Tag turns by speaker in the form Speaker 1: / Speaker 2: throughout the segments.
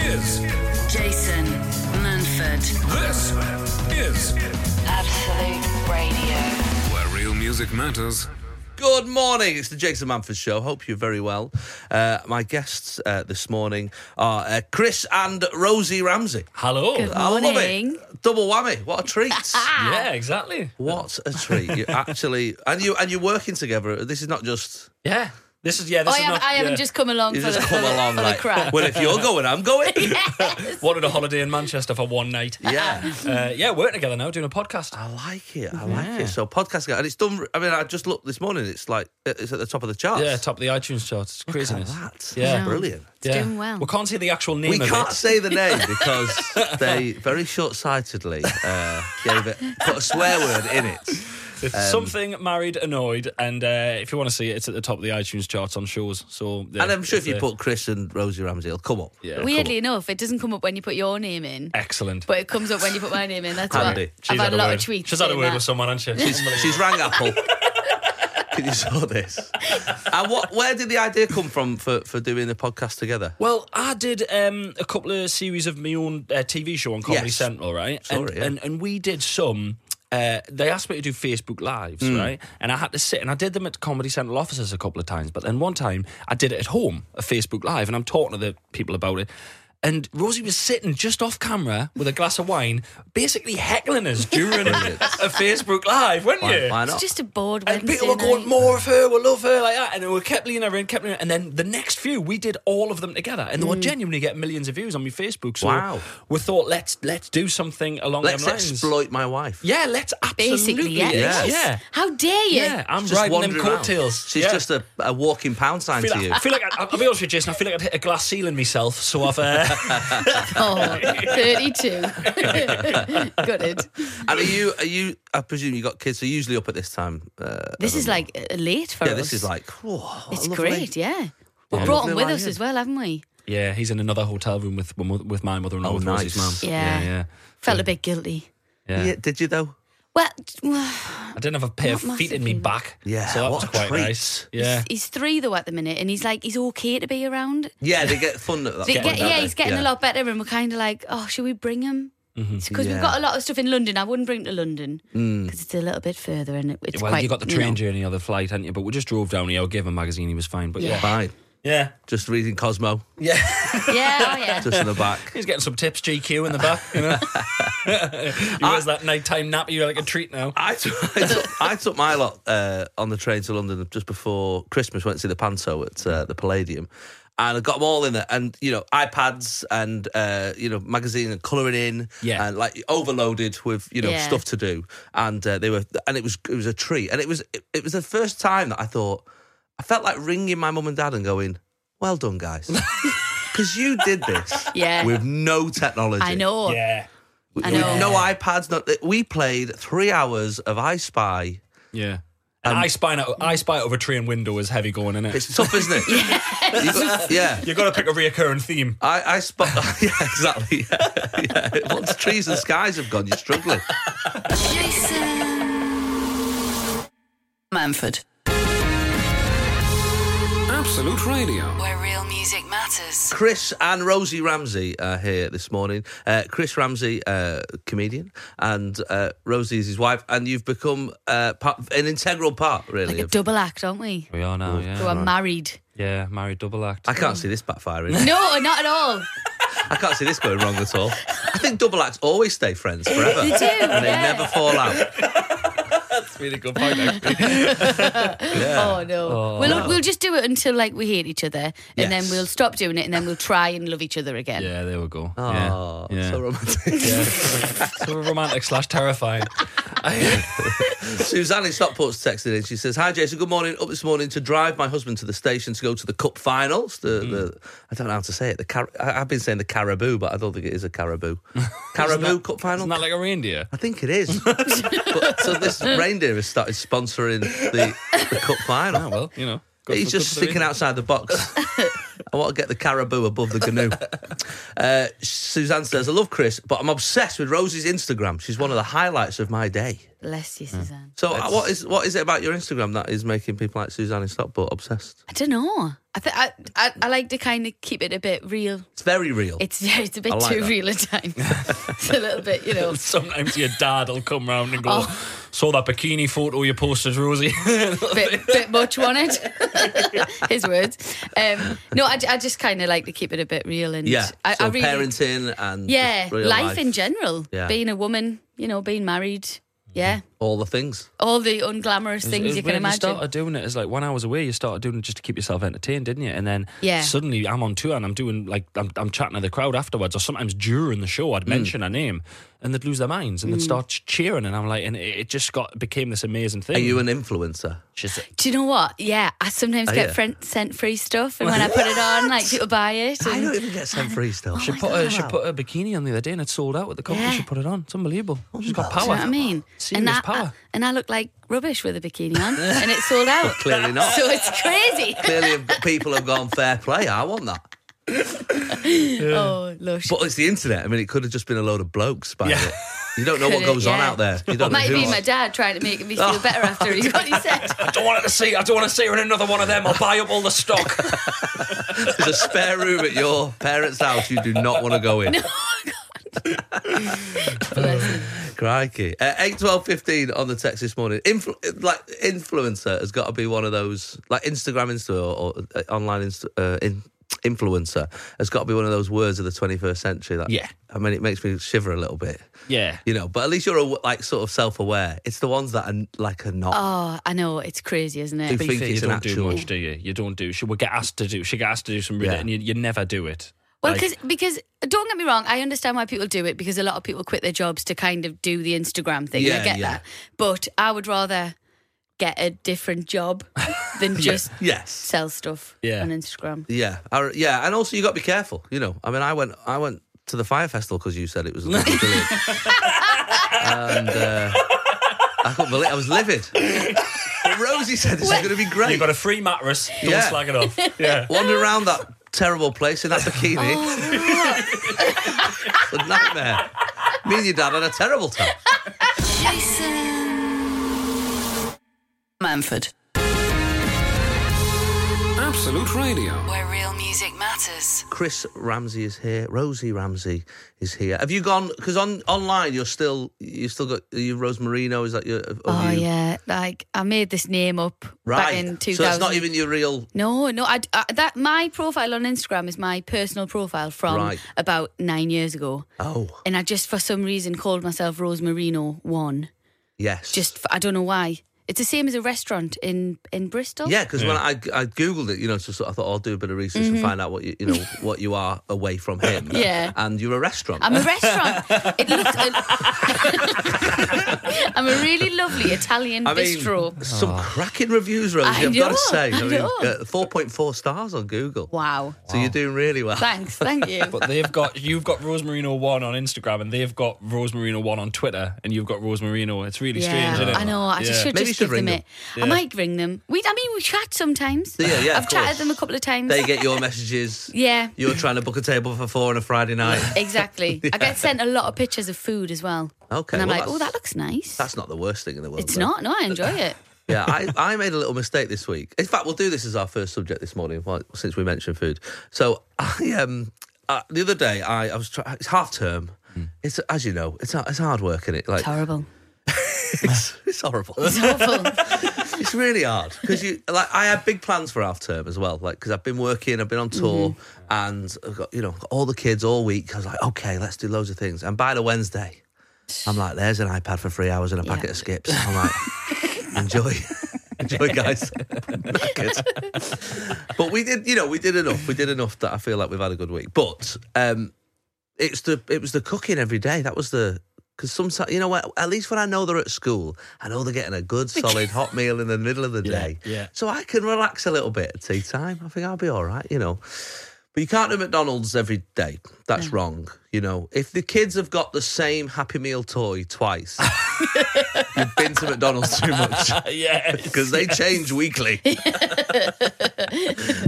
Speaker 1: is
Speaker 2: Jason Manford,
Speaker 1: this is
Speaker 2: Absolute Radio.
Speaker 1: where real music matters.
Speaker 3: Good morning. It's the Jason Manford Show. Hope you're very well. Uh, my guests uh, this morning are uh, Chris and Rosie Ramsey.
Speaker 4: Hello.
Speaker 5: Good
Speaker 3: I love
Speaker 5: morning.
Speaker 3: it. Double whammy. What a treat.
Speaker 4: Yeah, exactly.
Speaker 3: what a treat. You actually and you and you're working together. This is not just
Speaker 4: Yeah. This is yeah.
Speaker 5: Oh,
Speaker 4: This
Speaker 5: I,
Speaker 4: is
Speaker 5: haven't,
Speaker 4: not,
Speaker 5: I haven't
Speaker 4: yeah.
Speaker 5: just come along
Speaker 3: you
Speaker 5: for
Speaker 3: just
Speaker 5: the,
Speaker 3: come
Speaker 5: for the-
Speaker 3: along
Speaker 5: for the
Speaker 3: like
Speaker 5: crack.
Speaker 3: Well if you're going, I'm going.
Speaker 4: wanted a holiday in Manchester for one night.
Speaker 3: yeah.
Speaker 4: Uh, yeah, we're together now doing a podcast.
Speaker 3: I like it. I like it. So podcast guy and it's done I mean I just looked this morning, it's like it's at the top of the charts.
Speaker 4: Yeah, top of the iTunes charts. It's
Speaker 3: Look at
Speaker 4: craziness.
Speaker 3: that.
Speaker 4: Yeah.
Speaker 3: Brilliant.
Speaker 4: Yeah.
Speaker 5: doing well.
Speaker 4: We can't see the actual name
Speaker 3: We
Speaker 4: of
Speaker 3: can't
Speaker 4: it.
Speaker 3: say the name because they very short-sightedly uh, gave it put a swear word in it.
Speaker 4: It's
Speaker 3: Um,
Speaker 4: something married annoyed, and uh, if you want to see it, it's at the top of the iTunes charts on shows. So yeah,
Speaker 3: And I'm sure if
Speaker 4: it's uh,
Speaker 3: you
Speaker 4: there.
Speaker 3: put Chris and Rosie Ramsey, it'll come up.
Speaker 4: Yeah.
Speaker 3: It'll come
Speaker 5: Weirdly
Speaker 3: up.
Speaker 5: enough, it doesn't come up when you put your name in,
Speaker 4: excellent.
Speaker 5: but it comes up when you put my name in. That's
Speaker 3: Handy.
Speaker 5: why
Speaker 3: She's
Speaker 5: I've had a lot
Speaker 4: word.
Speaker 5: of tweets.
Speaker 4: She's had a
Speaker 5: saying
Speaker 4: word
Speaker 5: that.
Speaker 4: with someone, hasn't she?
Speaker 3: she's rang Apple. Can you saw this? And what? Where did the idea come from for, for doing the podcast together?
Speaker 4: Well, I did um, a couple of series of my own uh, TV show on Comedy
Speaker 3: Yes.
Speaker 4: Central, right?
Speaker 3: Sorry,
Speaker 4: and,
Speaker 3: yeah.
Speaker 4: and and we did some. Uh, they asked me to do Facebook Lives,
Speaker 3: Hmm.
Speaker 4: right? And I had to sit, and I did them at Comedy Central offices a couple of times. But then one time I did it at home, a Facebook Live, and I'm talking to the people about it. And Rosie was sitting just off camera with a glass of wine, basically heckling us during a, a Facebook Live, weren't
Speaker 3: Why,
Speaker 4: you?
Speaker 3: why
Speaker 5: It's
Speaker 3: not?
Speaker 5: just a bored
Speaker 4: And
Speaker 5: Wednesday
Speaker 4: people were going,
Speaker 5: night.
Speaker 4: more of her, we love her, like that. And we kept leaning her in, kept leaning her in. And then the next few, we did all of them together. And they were genuinely getting millions of views on my Facebook. So
Speaker 3: Mm. Wow.
Speaker 4: we thought, let's let's do something along
Speaker 3: Let's
Speaker 4: them lines.
Speaker 3: exploit my wife.
Speaker 4: Yeah, let's absolutely.
Speaker 5: Basically, yeah.
Speaker 3: Yes.
Speaker 4: Yeah.
Speaker 5: How dare you?
Speaker 4: Yeah, I'm
Speaker 3: Just
Speaker 4: riding them
Speaker 3: wandering around.
Speaker 4: coattails.
Speaker 3: She's
Speaker 4: Yeah.
Speaker 3: just a, a walking pound sign
Speaker 4: I feel
Speaker 3: to you.
Speaker 4: like, I feel like I, I'll be honest with you, Jason. I feel like I've hit a glass ceiling myself, so I've uh,
Speaker 5: Oh, 32. Got it.
Speaker 3: And are you? Are you? I presume you got kids. So usually up at this time. Uh,
Speaker 5: This is like uh, late for
Speaker 3: yeah,
Speaker 5: us.
Speaker 3: this is like. whoa, what a
Speaker 5: It's
Speaker 3: lovely-
Speaker 5: great, yeah. We brought them with us as well, haven't we?
Speaker 4: yeah. He's in another hotel room with with my mother-in-law,
Speaker 3: Oh,
Speaker 4: with Rosie's mum.
Speaker 3: nice.
Speaker 5: Yeah.
Speaker 4: yeah, yeah,
Speaker 5: Felt a bit guilty.
Speaker 4: yeah.
Speaker 3: Yeah, did you though?
Speaker 5: Well,
Speaker 4: I didn't have a pair of
Speaker 5: Not
Speaker 4: feet in me
Speaker 5: massively.
Speaker 4: back.
Speaker 3: Yeah,
Speaker 4: so that
Speaker 3: what
Speaker 4: was
Speaker 3: a
Speaker 4: quite
Speaker 3: treat.
Speaker 4: nice. Yeah,
Speaker 5: he's three though at the minute, and he's like, he's okay to be around.
Speaker 3: Yeah, they get fun at that.
Speaker 5: They
Speaker 3: point,
Speaker 5: get-
Speaker 3: don't
Speaker 5: yeah,
Speaker 3: they?
Speaker 5: he's getting a lot better, and we're kind of like, oh, should we bring him? Because
Speaker 3: Yeah.
Speaker 5: we've got a lot of stuff in London. I wouldn't bring it to London because it's a little bit further, and it, it's
Speaker 4: Well,
Speaker 5: quite.
Speaker 4: you got the
Speaker 5: know.
Speaker 4: train journey or the flight, hadn't you? But we just drove down here. I gave him a magazine. He was fine. But yeah,
Speaker 5: Yeah.
Speaker 3: Fine.
Speaker 4: yeah,
Speaker 3: Just reading Cosmo,
Speaker 5: Yeah, oh, yeah.
Speaker 3: just in the back.
Speaker 4: He's getting some tips, GQ in the back. You know, he wears that nighttime nap. You're like a treat now.
Speaker 3: I took, I took, I took my lot uh, on the train to London just before Christmas. Went to see the Panto at uh, the Palladium, and I got them all in there, and you know iPads and uh, you know magazine and colouring in,
Speaker 4: Yeah.
Speaker 3: and like overloaded with you know
Speaker 5: Yeah.
Speaker 3: stuff to do, and uh, they were, and it was it was a treat, and it was it, it was the first time that I thought I felt like ringing my mum and dad and going, "Well done, guys." Because you did this
Speaker 5: Yeah.
Speaker 3: with no technology.
Speaker 5: I know.
Speaker 4: Yeah,
Speaker 3: We-
Speaker 5: I
Speaker 3: we-
Speaker 5: know.
Speaker 3: No iPads. No, we played three hours of I Spy.
Speaker 4: yeah. And I spy out. I spy out of a train window is heavy going in it.
Speaker 3: It's tough, isn't it? yeah. yeah.
Speaker 4: You've got to pick a recurring theme.
Speaker 3: I, I spot. Yeah, exactly. Yeah. Yeah. Once trees and skies have gone, you're struggling.
Speaker 2: Jason Manford,
Speaker 1: Absolute Radio.
Speaker 2: where real music matters.
Speaker 3: Chris and Rosie Ramsey are here this morning. Uh, Chris Ramsey, uh, comedian, and uh, Rosie is his wife, and you've become uh, part, an integral part, really.
Speaker 5: Like a
Speaker 3: of-
Speaker 5: double act, aren't we?
Speaker 4: We are now.
Speaker 5: So
Speaker 4: Yeah,
Speaker 5: we're married.
Speaker 4: yeah. Married double act.
Speaker 3: I can't see this backfiring.
Speaker 5: No, not at all.
Speaker 3: I can't see this going wrong at all. I think double acts always stay friends forever.
Speaker 5: They do,
Speaker 3: And they
Speaker 5: yeah.
Speaker 3: never fall out.
Speaker 4: That's really good point. Actually.
Speaker 5: Oh no. we'll we'll just do it until like we hate each other, and then
Speaker 3: Yes.
Speaker 5: we'll stop doing it, and then we'll try and love each other again.
Speaker 4: yeah, there we go.
Speaker 3: Oh,
Speaker 4: yeah.
Speaker 3: so romantic.
Speaker 4: yeah. so romantic slash terrifying.
Speaker 3: Suzanne in Stockport's texted in. She says, "Hi Jason, good morning. Up this morning to drive my husband to the station to go to the Cup Finals. The,
Speaker 4: Hmm.
Speaker 3: the I don't know how to say it. The car- I, I've been saying the Caribou, but I don't think it is a Caribou. Caribou Cup Final.
Speaker 4: Isn't that like a reindeer?
Speaker 3: I think it is. but, so this reindeer has started sponsoring the, the Cup Final.
Speaker 4: Well, you know. good
Speaker 3: He's
Speaker 4: for-
Speaker 3: just
Speaker 4: good for the
Speaker 3: sticking outside the box. I want to get the caribou above the canoe. uh, Suzanne says, I love Chris, but I'm obsessed with Rosie's Instagram. She's one of the highlights of my day.
Speaker 5: Bless you, Suzanne.
Speaker 3: So, uh, what is what is it about your Instagram that is making people like Suzanne in Stockport obsessed?
Speaker 5: I don't know. I think I, I I like to kind of keep it a bit real.
Speaker 3: It's very real.
Speaker 5: It's yeah, it's a bit
Speaker 3: I like
Speaker 5: too
Speaker 3: that.
Speaker 5: real at times. it's a little bit, you know.
Speaker 4: Sometimes your dad will come round and go,
Speaker 5: Oh.
Speaker 4: Saw that bikini photo you posted, Rosie.
Speaker 5: bit, bit much wanted. His words. Um, no, I, I just kind of like to keep it a bit real and
Speaker 3: yeah.
Speaker 5: I,
Speaker 3: so
Speaker 5: I really,
Speaker 3: parenting and
Speaker 5: yeah,
Speaker 3: just
Speaker 5: life,
Speaker 3: real life
Speaker 5: in general.
Speaker 3: Yeah. Mm-hmm.
Speaker 5: Being a woman, you know, being married. Yeah,
Speaker 3: all the things.
Speaker 5: all the unglamorous things
Speaker 4: It's
Speaker 5: you can
Speaker 4: weird,
Speaker 5: imagine.
Speaker 4: started doing it as like when I was away, you started doing it just to keep yourself entertained, didn't you? And then
Speaker 5: Yeah.
Speaker 4: suddenly I'm on tour and I'm doing like I'm, I'm chatting to the crowd afterwards, or sometimes during the show
Speaker 5: Mm.
Speaker 4: I'd mention a name and they'd lose their minds and they'd start ch- cheering, and I'm like, and it, it just got became this amazing thing.
Speaker 3: Are you an influencer?
Speaker 4: She's like,
Speaker 5: Do you know what? Yeah, I sometimes
Speaker 3: Oh,
Speaker 5: get
Speaker 3: yeah.
Speaker 5: friend, sent free stuff, and when I put it on, like people buy it.
Speaker 3: I
Speaker 5: and-
Speaker 3: don't even get sent free stuff.
Speaker 4: she put a, she put a bikini on the other day and it sold out with the company.
Speaker 5: Ah. Yeah. Oh
Speaker 4: She put it on. It's unbelievable. She's got
Speaker 3: Oh,
Speaker 5: Do you know what I
Speaker 4: power.
Speaker 5: mean?
Speaker 4: Serious
Speaker 5: and uh, I,
Speaker 4: power.
Speaker 5: I- and I look like rubbish with a bikini on, and it's sold out.
Speaker 3: Clearly not.
Speaker 5: So it's crazy.
Speaker 3: Clearly, people have gone fair play. I want that.
Speaker 5: Oh, lush.
Speaker 3: But it's the internet. I mean, it could have just been a load of blokes by it. You don't know what
Speaker 5: Could it?
Speaker 3: goes on
Speaker 5: Yeah.
Speaker 3: out there. You don't
Speaker 5: Might
Speaker 3: know
Speaker 5: be
Speaker 3: who's-
Speaker 5: my dad trying to make me feel better after he's what he said.
Speaker 4: I don't want her to see. I don't want to see her in another one of them. I'll buy up all the stock.
Speaker 3: There's a spare room at your parents' house you do not want to go in. Crikey. Uh, 8, 12, 15 on the text this morning. Influ- like, influencer has got to be one of those, like Instagram Insta or, or uh, online Insta, uh, in- influencer has got to be one of those words of the 21st century. That,
Speaker 4: Yeah.
Speaker 3: I mean, it makes me shiver a little bit.
Speaker 4: Yeah.
Speaker 3: You know, but at least you're aw- like sort of self-aware. It's the ones that are like are not.
Speaker 5: Oh, I know it's crazy, isn't
Speaker 3: Who
Speaker 5: it?
Speaker 3: think
Speaker 4: fair,
Speaker 3: it's
Speaker 4: you
Speaker 3: an
Speaker 4: don't do
Speaker 3: actual-
Speaker 4: much, do you? You don't do. She would get asked to do. She get asked to do some
Speaker 3: Yeah.
Speaker 4: ridiculous, and you, you never do it.
Speaker 5: Well,
Speaker 4: Like-
Speaker 5: because because don't get me wrong, I understand why people do it because a lot of people quit their jobs to kind of do the Instagram thing.
Speaker 3: Yeah,
Speaker 5: I get
Speaker 3: yeah.
Speaker 5: that, but I would rather get a different job than just
Speaker 3: Yes.
Speaker 5: sell stuff
Speaker 4: Yeah.
Speaker 5: on Instagram.
Speaker 3: Yeah, I, yeah, and also you got to be careful. You know, I mean, I went, I went to the fire festival because you said it was, a little village. and uh, I couldn't believe I was livid. But Rosie said this is going to be great.
Speaker 4: You got a free mattress. Don't
Speaker 3: Yeah.
Speaker 4: slag it off. Yeah.
Speaker 3: Wander around that terrible place in that bikini.
Speaker 5: Oh,
Speaker 3: it's a nightmare. Me and your dad had a terrible time.
Speaker 2: Jason Manford.
Speaker 1: Absolute Radio.
Speaker 2: Where real music matters.
Speaker 3: Chris Ramsey is here. Rosie Ramsey is here. Have you gone? Because on online, you're still you still got are you Rose Marino. Is that your? have
Speaker 5: Oh
Speaker 3: you-
Speaker 5: yeah, like I made this name up back
Speaker 3: Right.
Speaker 5: in 2000.
Speaker 3: so it's not even your real
Speaker 5: No, no. I, I- that my profile on Instagram is my personal profile from
Speaker 3: Right.
Speaker 5: about nine years ago,
Speaker 3: Oh,
Speaker 5: and I just for some reason called myself Rose Marino One.
Speaker 3: yes.
Speaker 5: Just f I don't know why. It's the same as a restaurant in in Bristol.
Speaker 3: yeah, because when I, I googled it, you know, so, so I thought "Oh, I'll do a bit of research and find out what you you know what you are away from him.
Speaker 5: Mm-hmm. Yeah.
Speaker 3: and you're a restaurant.
Speaker 5: I'm a restaurant. it looks. it- I'm a really lovely Italian
Speaker 3: I mean,
Speaker 5: bistro.
Speaker 3: some cracking reviews, Rosie.
Speaker 5: I
Speaker 3: have got to
Speaker 5: know,
Speaker 3: say, uh,
Speaker 5: I know.
Speaker 3: four point four stars on Google.
Speaker 5: Wow.
Speaker 3: So you're doing really well.
Speaker 5: Thanks. Thank you.
Speaker 4: But they've got you've got Rosemarino one on Instagram and they've got Rosemarino one on Twitter and you've got Rosemarino. It's really
Speaker 5: Yeah,
Speaker 4: strange, isn't it?
Speaker 5: I know. I just
Speaker 4: Yeah.
Speaker 5: should
Speaker 3: Maybe you
Speaker 5: just
Speaker 3: should
Speaker 5: give
Speaker 3: ring
Speaker 5: them it. I might ring them. We, I mean, we chat sometimes.
Speaker 3: Yeah, yeah,
Speaker 5: I've
Speaker 3: of course.
Speaker 5: chatted them a couple of times.
Speaker 3: They get your messages.
Speaker 5: Yeah.
Speaker 3: You're trying to book a table for four on a Friday night.
Speaker 5: Exactly. I get sent a lot of pictures of food as well.
Speaker 3: Okay,
Speaker 5: And I'm
Speaker 3: well,
Speaker 5: like, oh,
Speaker 3: that's-
Speaker 5: that looks nice.
Speaker 3: That's not the worst thing in the world.
Speaker 5: it's
Speaker 3: though.
Speaker 5: not. No, I enjoy it.
Speaker 3: yeah, I, I made a little mistake this week. In fact, we'll do this as our first subject this morning, while- since we mentioned food. So I um uh, the other day I, I was try- it's half term. It's as you know, it's it's hard work, is it? Like
Speaker 5: Hmm. It's horrible.
Speaker 3: it's, it's horrible.
Speaker 5: It's awful.
Speaker 3: it's really hard because you like I had big plans for half term as well. Like because I've been working, I've been on tour, and I've got you know got all the kids all week. I was like, okay, let's do loads of things. And by the Wednesday, I'm like, there's an iPad for three hours and a packet
Speaker 5: Yeah.
Speaker 3: of skips. I'm like, enjoy. Enjoy, guys. Knackered. but we did, you know, we did enough. We did enough that I feel like we've had a good week. But um, it's the it was the cooking every day. That was the because sometimes you know what? At least when I know they're at school, I know they're getting a good solid hot meal in the middle of the day.
Speaker 4: yeah.
Speaker 3: So I can relax a little bit at tea time. I think I'll be all right. You know. But you can't do McDonald's every day. That's wrong. You know, if the kids have got the same Happy Meal toy twice, you've been to McDonald's too much
Speaker 4: yeah.
Speaker 3: because they change weekly.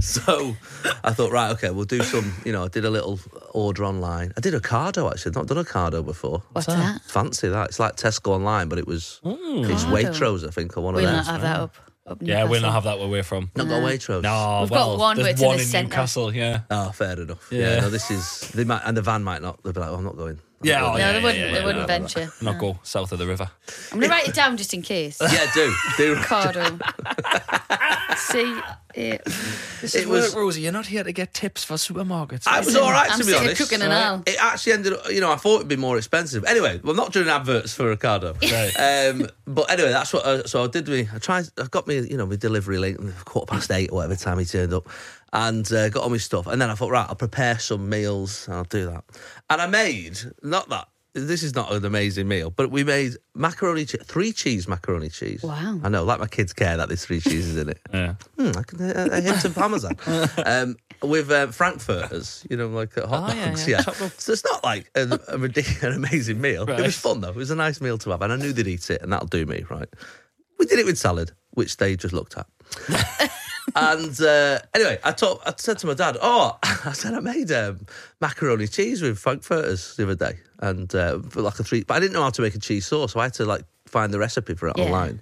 Speaker 3: so I thought, right, okay, we'll do some. You know, I did a little order online. I did a cardo actually. I've not done a cardo before.
Speaker 5: What's that? Mm.
Speaker 3: Fancy that? It's like Tesco online, but it was it's
Speaker 5: Cardo.
Speaker 3: Waitrose, I think, or one
Speaker 5: We'll
Speaker 3: of
Speaker 5: not
Speaker 3: those.
Speaker 5: have that up. up
Speaker 4: Yeah, we'll
Speaker 5: Newcastle.
Speaker 4: not have that where we're from.
Speaker 3: Not got Waitrose.
Speaker 4: No,
Speaker 5: We've got
Speaker 4: well,
Speaker 5: one, but
Speaker 4: there's
Speaker 5: it's in
Speaker 4: one
Speaker 5: the
Speaker 4: in
Speaker 5: centre.
Speaker 4: Newcastle. Yeah.
Speaker 3: Oh, fair enough. Yeah.
Speaker 4: Yeah.
Speaker 3: no, this is they might, and the van might not. They'll be like, oh, I'm not going. I'm
Speaker 4: Yeah,
Speaker 3: not
Speaker 4: oh,
Speaker 3: going.
Speaker 5: No,
Speaker 4: yeah,
Speaker 5: they
Speaker 4: yeah,
Speaker 5: wouldn't.
Speaker 4: yeah,
Speaker 5: they
Speaker 4: yeah,
Speaker 5: wouldn't
Speaker 4: yeah.
Speaker 5: venture.
Speaker 4: Not go south of the river.
Speaker 5: I'm gonna write it down just in case.
Speaker 3: Yeah, do do.
Speaker 5: Cardo. See it.
Speaker 4: This
Speaker 3: It was-
Speaker 4: Rosie. You're not here to get tips for supermarkets.
Speaker 3: I was all right
Speaker 5: I'm
Speaker 3: to be
Speaker 5: sitting
Speaker 3: honest.
Speaker 5: cooking and all.
Speaker 3: It actually ended up, you know, I thought it'd be more expensive. Anyway, we're not doing adverts for Ricardo. Um, but anyway, that's what. I, so I did me. I tried. I got me, you know, my delivery late, quarter past eight or whatever time he turned up, and uh, got all my stuff. And then I thought, right, I'll prepare some meals. And I'll do that. And I made not that. This is not an amazing meal, but we made macaroni, che- three cheese macaroni cheese.
Speaker 5: Wow.
Speaker 3: I know, like my kids care that there's three cheeses in it.
Speaker 4: Yeah.
Speaker 3: Hmm, I can uh, a hint of parmesan um, with uh, frankfurters, you know, like uh, hot
Speaker 4: Oh, yeah,
Speaker 3: dogs.
Speaker 4: yeah.
Speaker 3: Yeah, so it's not like an, a ridic- an amazing meal. It
Speaker 4: Right.
Speaker 3: was fun though. It was a nice meal to have, and I knew they'd eat it, and that'll do me right. We did it with salad, which they just looked at. and uh, anyway, I talk, I said to my dad, "Oh, I said I made um, macaroni cheese with frankfurters the other day, and uh, for like a three, but I didn't know how to make a cheese sauce, so I had to like find the recipe for it
Speaker 5: Yeah.
Speaker 3: online."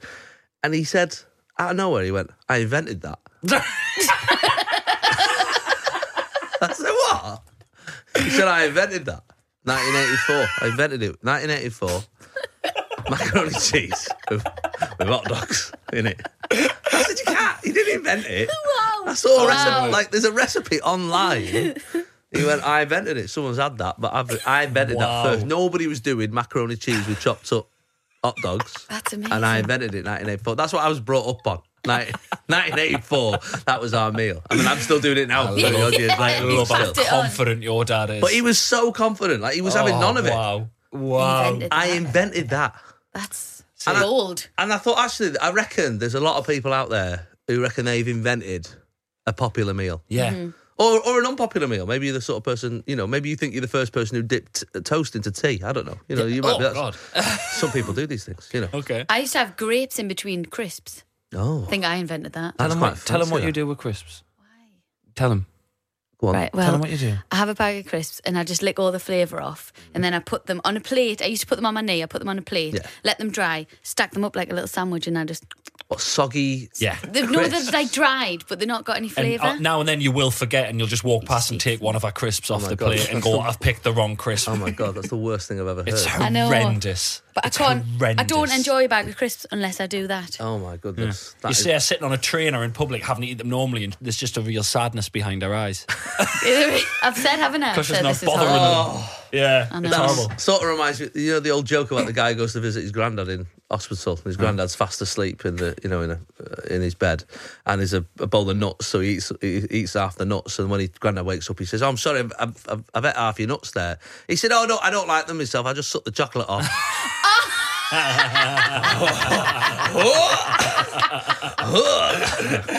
Speaker 3: And he said, out of nowhere, he went, I invented that. I said, what? He said, I invented that. 1984. I invented it. 1984. Macaroni cheese with, with hot dogs in it. I said, you can't. You didn't invent it.
Speaker 5: Wow.
Speaker 3: I saw a
Speaker 5: Wow.
Speaker 3: recipe. Like, there's a recipe online. He went, I invented it. Someone's had that, but I've, I invented
Speaker 4: Wow.
Speaker 3: that first. Nobody was doing macaroni cheese with chopped up hot dogs.
Speaker 5: That's amazing.
Speaker 3: And I invented it in 1984. That's what I was brought up on. Nin- 1984, that was our meal. I mean, I'm still doing it now. 30 odd years
Speaker 5: I
Speaker 3: later.
Speaker 5: love
Speaker 3: still.
Speaker 5: it. Still.
Speaker 4: confident your dad is.
Speaker 3: But he was so confident. Like, he was having
Speaker 4: Oh,
Speaker 3: none of it.
Speaker 4: Wow. Wow.
Speaker 5: Invented
Speaker 3: I
Speaker 5: that.
Speaker 3: invented that.
Speaker 5: That's
Speaker 3: And I-
Speaker 5: gold.
Speaker 3: And I thought, actually, I reckon there's a lot of people out there who reckon they've invented a popular meal.
Speaker 4: Yeah.
Speaker 3: Or, or an unpopular meal. Maybe you're the sort of person, you know, maybe you think you're the first person who dipped toast into tea. I don't know. You know, you might
Speaker 4: Oh,
Speaker 3: be. that's-
Speaker 4: God.
Speaker 3: Some people do these things, you know.
Speaker 4: Okay.
Speaker 5: I used to have grapes in between crisps.
Speaker 3: Oh.
Speaker 5: I think I invented that.
Speaker 3: That's quite
Speaker 4: Tell him
Speaker 3: fancy,
Speaker 4: what you
Speaker 3: that.
Speaker 4: do with crisps. Tell him.
Speaker 3: Go on.
Speaker 5: Right.
Speaker 4: Tell him
Speaker 5: Well,
Speaker 4: what you do.
Speaker 5: I have a bag of crisps and I just lick all the flavour off and then I put them on a plate. I used to put them on my knee. I put them on a plate,
Speaker 3: Yeah.
Speaker 5: let them dry, stack them up like a little sandwich, and I just.
Speaker 3: What, soggy?
Speaker 4: Yeah.
Speaker 5: They've, no, they're like dried, but they're not got any
Speaker 4: And
Speaker 5: flavour.
Speaker 4: uh, now and then you will forget, and you'll just walk past and take one of our crisps off
Speaker 3: Oh my
Speaker 4: the
Speaker 3: God.
Speaker 4: plate and go, "I've picked the wrong crisp."
Speaker 3: Oh my god, that's the worst thing I've ever heard.
Speaker 4: It's
Speaker 5: I know.
Speaker 4: horrendous.
Speaker 5: but I
Speaker 4: It's
Speaker 5: can't. I
Speaker 4: horrendous.
Speaker 5: don't enjoy a bag of crisps unless I do that.
Speaker 3: oh my goodness. That
Speaker 4: You
Speaker 3: is-
Speaker 4: see her sitting on a train or in public, having to eat them normally, and there's just a real sadness behind her eyes
Speaker 5: I've said, haven't I? I've
Speaker 4: because she's
Speaker 5: said
Speaker 4: not
Speaker 5: this is
Speaker 4: bothering
Speaker 5: horrible.
Speaker 3: Oh.
Speaker 4: them. Yeah,
Speaker 5: know.
Speaker 4: it's
Speaker 5: That's-
Speaker 4: horrible.
Speaker 3: Sort of reminds me, you know, the old joke about the guy who goes to visit his granddad in hospital. and His granddad's fast asleep in the, you know, in a, uh, in his bed, and there's a, a bowl of nuts. So he eats, he eats half the nuts, and when his granddad wakes up, he says, "Oh, I'm sorry, I've, I've, I've, I've ate half your nuts there." He said, "Oh no, I don't like them myself. I just suck the chocolate off."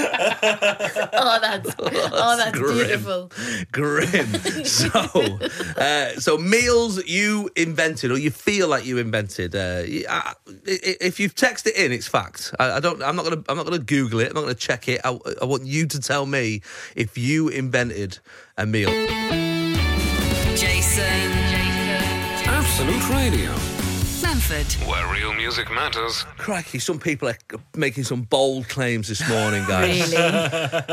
Speaker 5: Oh, that's oh, that's
Speaker 3: grim.
Speaker 5: beautiful.
Speaker 3: Grim. so, uh, so meals you invented or you feel like you invented. Uh, you- I- I- if you've texted it in, it's fact. I, I don't. I'm not gonna. I'm not gonna Google it. I'm not gonna check it. I, I want you to tell me if you invented a meal.
Speaker 2: Jason.
Speaker 1: Absolute Radio.
Speaker 2: Manford.
Speaker 1: Where real music matters.
Speaker 3: Crikey, some people are making some bold claims this morning, guys.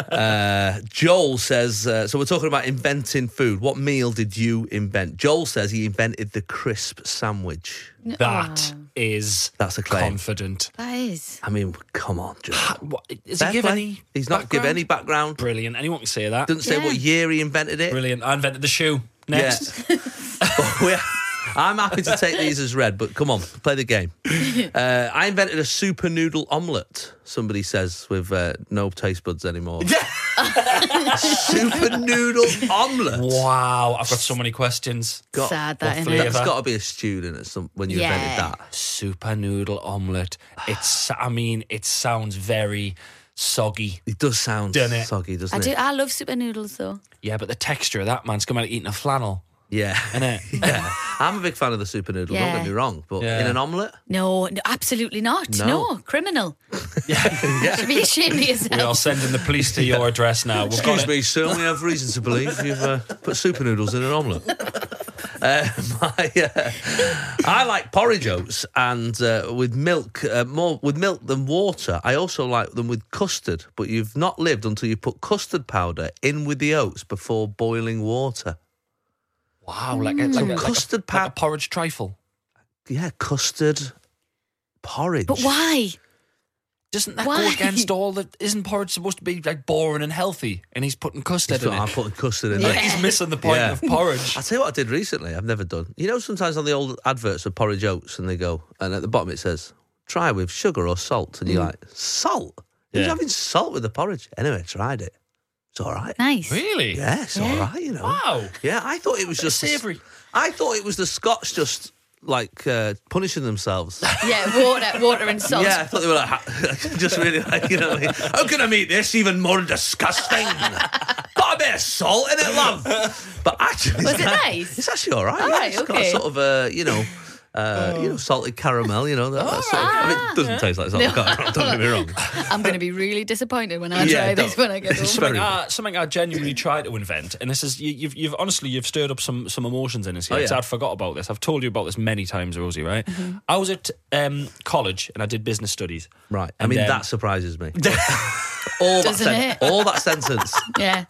Speaker 5: Really?
Speaker 3: Joel says. Uh, so we're talking about inventing food. What meal did you invent? Joel says he invented the crisp sandwich.
Speaker 4: That
Speaker 5: oh.
Speaker 4: is
Speaker 3: That's a claim.
Speaker 4: confident. Uh,
Speaker 5: that is.
Speaker 3: I mean, come on, Joel.
Speaker 4: What, is
Speaker 3: Fair
Speaker 4: he give
Speaker 3: play.
Speaker 4: any?
Speaker 3: He's not give
Speaker 4: background?
Speaker 3: any background.
Speaker 4: Brilliant. Anyone can say that.
Speaker 3: Doesn't say
Speaker 5: Yeah.
Speaker 3: what year he invented it.
Speaker 4: Brilliant. I invented the shoe.
Speaker 3: Yeah.
Speaker 4: Next.
Speaker 3: We're- I'm happy to take these as read, but come on, play the game. Uh, I invented a super noodle omelette. Somebody says with uh, no taste buds anymore. super noodle omelette.
Speaker 4: Wow, I've got so many questions.
Speaker 3: Got-
Speaker 5: Sad that
Speaker 4: what
Speaker 5: in
Speaker 4: flavour?
Speaker 5: it.
Speaker 3: That's got to be a student at some when you
Speaker 5: Yeah.
Speaker 3: invented that.
Speaker 4: Super noodle omelette. It's I mean, it sounds very soggy.
Speaker 3: It does sound
Speaker 4: Done it.
Speaker 3: soggy, doesn't
Speaker 5: I do.
Speaker 3: it?
Speaker 5: I love super noodles though.
Speaker 4: Yeah, but the texture of that man's coming out eating a flannel,
Speaker 3: Yeah.
Speaker 4: innit?
Speaker 3: yeah. I'm a big fan of the super noodle, don't
Speaker 5: Yeah.
Speaker 3: get me wrong, but
Speaker 4: Yeah.
Speaker 3: in an omelette,
Speaker 5: No, no absolutely not.
Speaker 3: No.
Speaker 5: No, criminal.
Speaker 4: yeah.
Speaker 5: You should be ashamed of yourself.
Speaker 4: We are sending the police to your address now. We've got
Speaker 3: Excuse
Speaker 4: it.
Speaker 3: me, sir. We have reason to believe you've uh, put super noodles in an omelette. Uh, my, uh, I like porridge oats, and uh, with milk, uh, more with milk than water. I also like them with custard, but you've not lived until you put custard powder in with the oats before boiling water.
Speaker 4: Wow, like a, like a, like a,
Speaker 3: Custard
Speaker 4: like a
Speaker 3: powder,
Speaker 4: porridge trifle.
Speaker 3: yeah, custard porridge.
Speaker 5: But why?
Speaker 4: Doesn't that go
Speaker 5: Why?
Speaker 4: against all the? Isn't porridge supposed to be like boring and healthy? And he's putting custard
Speaker 3: He's
Speaker 4: in
Speaker 3: thought, I'm
Speaker 4: it.
Speaker 3: putting custard in
Speaker 5: Yeah.
Speaker 3: there.
Speaker 4: He's missing the point
Speaker 3: Yeah.
Speaker 4: of porridge.
Speaker 3: I'll tell you what I did recently, I've never done. You know, sometimes on the old adverts of porridge oats, and they go, and at the bottom it says, try with sugar or salt. And you're like, salt? Who's
Speaker 4: Mm. Yeah.
Speaker 3: having salt with the porridge? Anyway, I tried it. It's all right.
Speaker 5: Nice.
Speaker 4: Really?
Speaker 3: Yeah, it's all right, you know.
Speaker 4: Wow.
Speaker 3: Yeah, I thought it was just.
Speaker 4: savoury.
Speaker 3: I thought it was the Scots just like uh, punishing themselves.
Speaker 5: Yeah, water, water and salt.
Speaker 3: Yeah, I thought they were like, ha- just really like, you know, like, how can I make this even more disgusting? Got a bit of salt in it, love. But actually,
Speaker 5: Was
Speaker 3: it's
Speaker 5: it
Speaker 3: not-
Speaker 5: nice?
Speaker 3: It's actually all right.
Speaker 5: All
Speaker 3: yeah.
Speaker 5: right,
Speaker 3: It's
Speaker 5: okay. Oh.
Speaker 3: got a sort of a, you know, uh, you know, salted caramel. You know, that, that sort of, I
Speaker 5: Ah.
Speaker 3: mean, it doesn't taste like salted caramel. Don't get me wrong.
Speaker 5: I'm going to be really disappointed when I
Speaker 3: Yeah,
Speaker 5: try this
Speaker 3: don't.
Speaker 5: when I get
Speaker 3: It's
Speaker 5: home.
Speaker 3: very-
Speaker 5: Ah.
Speaker 4: something I, Uh, something I genuinely try to invent, and this is you, you've you've honestly you've stirred up some some emotions in us here.
Speaker 3: Oh, yeah.
Speaker 4: So I'd forgot about this. I've told you about this many times, Rosie. Right? I was at um, college and I did business studies.
Speaker 3: Right. I
Speaker 4: And
Speaker 3: mean,
Speaker 4: then-
Speaker 3: that surprises me. all that
Speaker 5: Doesn't
Speaker 3: sen-
Speaker 5: it?
Speaker 3: all that sentence.
Speaker 5: Yeah.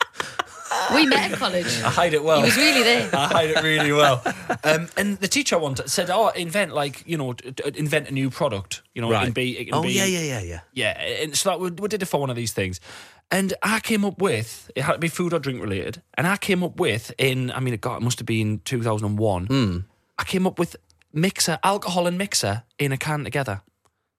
Speaker 5: We met at college.
Speaker 4: I hide it well.
Speaker 5: He was really there.
Speaker 4: I hide it really well. Um, and the teacher one t- said, "Oh, invent like you know, t- t- invent a new product. You know, it can
Speaker 3: Right.
Speaker 4: be, it can
Speaker 3: Oh
Speaker 4: be,
Speaker 3: yeah, yeah, yeah, yeah.
Speaker 4: yeah." And so that we, we did it for one of these things, and I came up with it had to be food or drink related, and I came up with in I mean, it, got, it must have been two thousand and one.
Speaker 3: Hmm.
Speaker 4: I came up with mixer alcohol and mixer in a can together,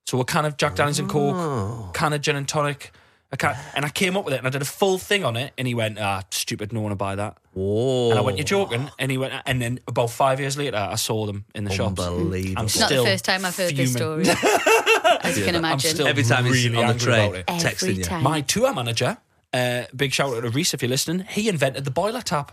Speaker 4: so a can of Jack Daniels and
Speaker 3: Oh.
Speaker 4: Coke, can of gin and tonic. A can, and I came up with it and I did a full thing on it. And he went, ah, stupid, no one to buy that.
Speaker 3: Whoa.
Speaker 4: And I went, "You're joking," and he went, and then about five years later, I saw them in the shops.
Speaker 3: Unbelievable.
Speaker 4: I'm
Speaker 5: It's not the
Speaker 4: Still
Speaker 5: first time I've heard this
Speaker 4: fuming.
Speaker 5: story. As you can
Speaker 4: I'm
Speaker 5: imagine.
Speaker 4: still
Speaker 3: Every time he's
Speaker 4: really
Speaker 3: on the
Speaker 4: angry
Speaker 3: train,
Speaker 4: about it.
Speaker 5: Every
Speaker 3: texting you.
Speaker 5: time.
Speaker 4: My tour manager, uh, big shout out to Reese if you're listening. He invented the boiler tap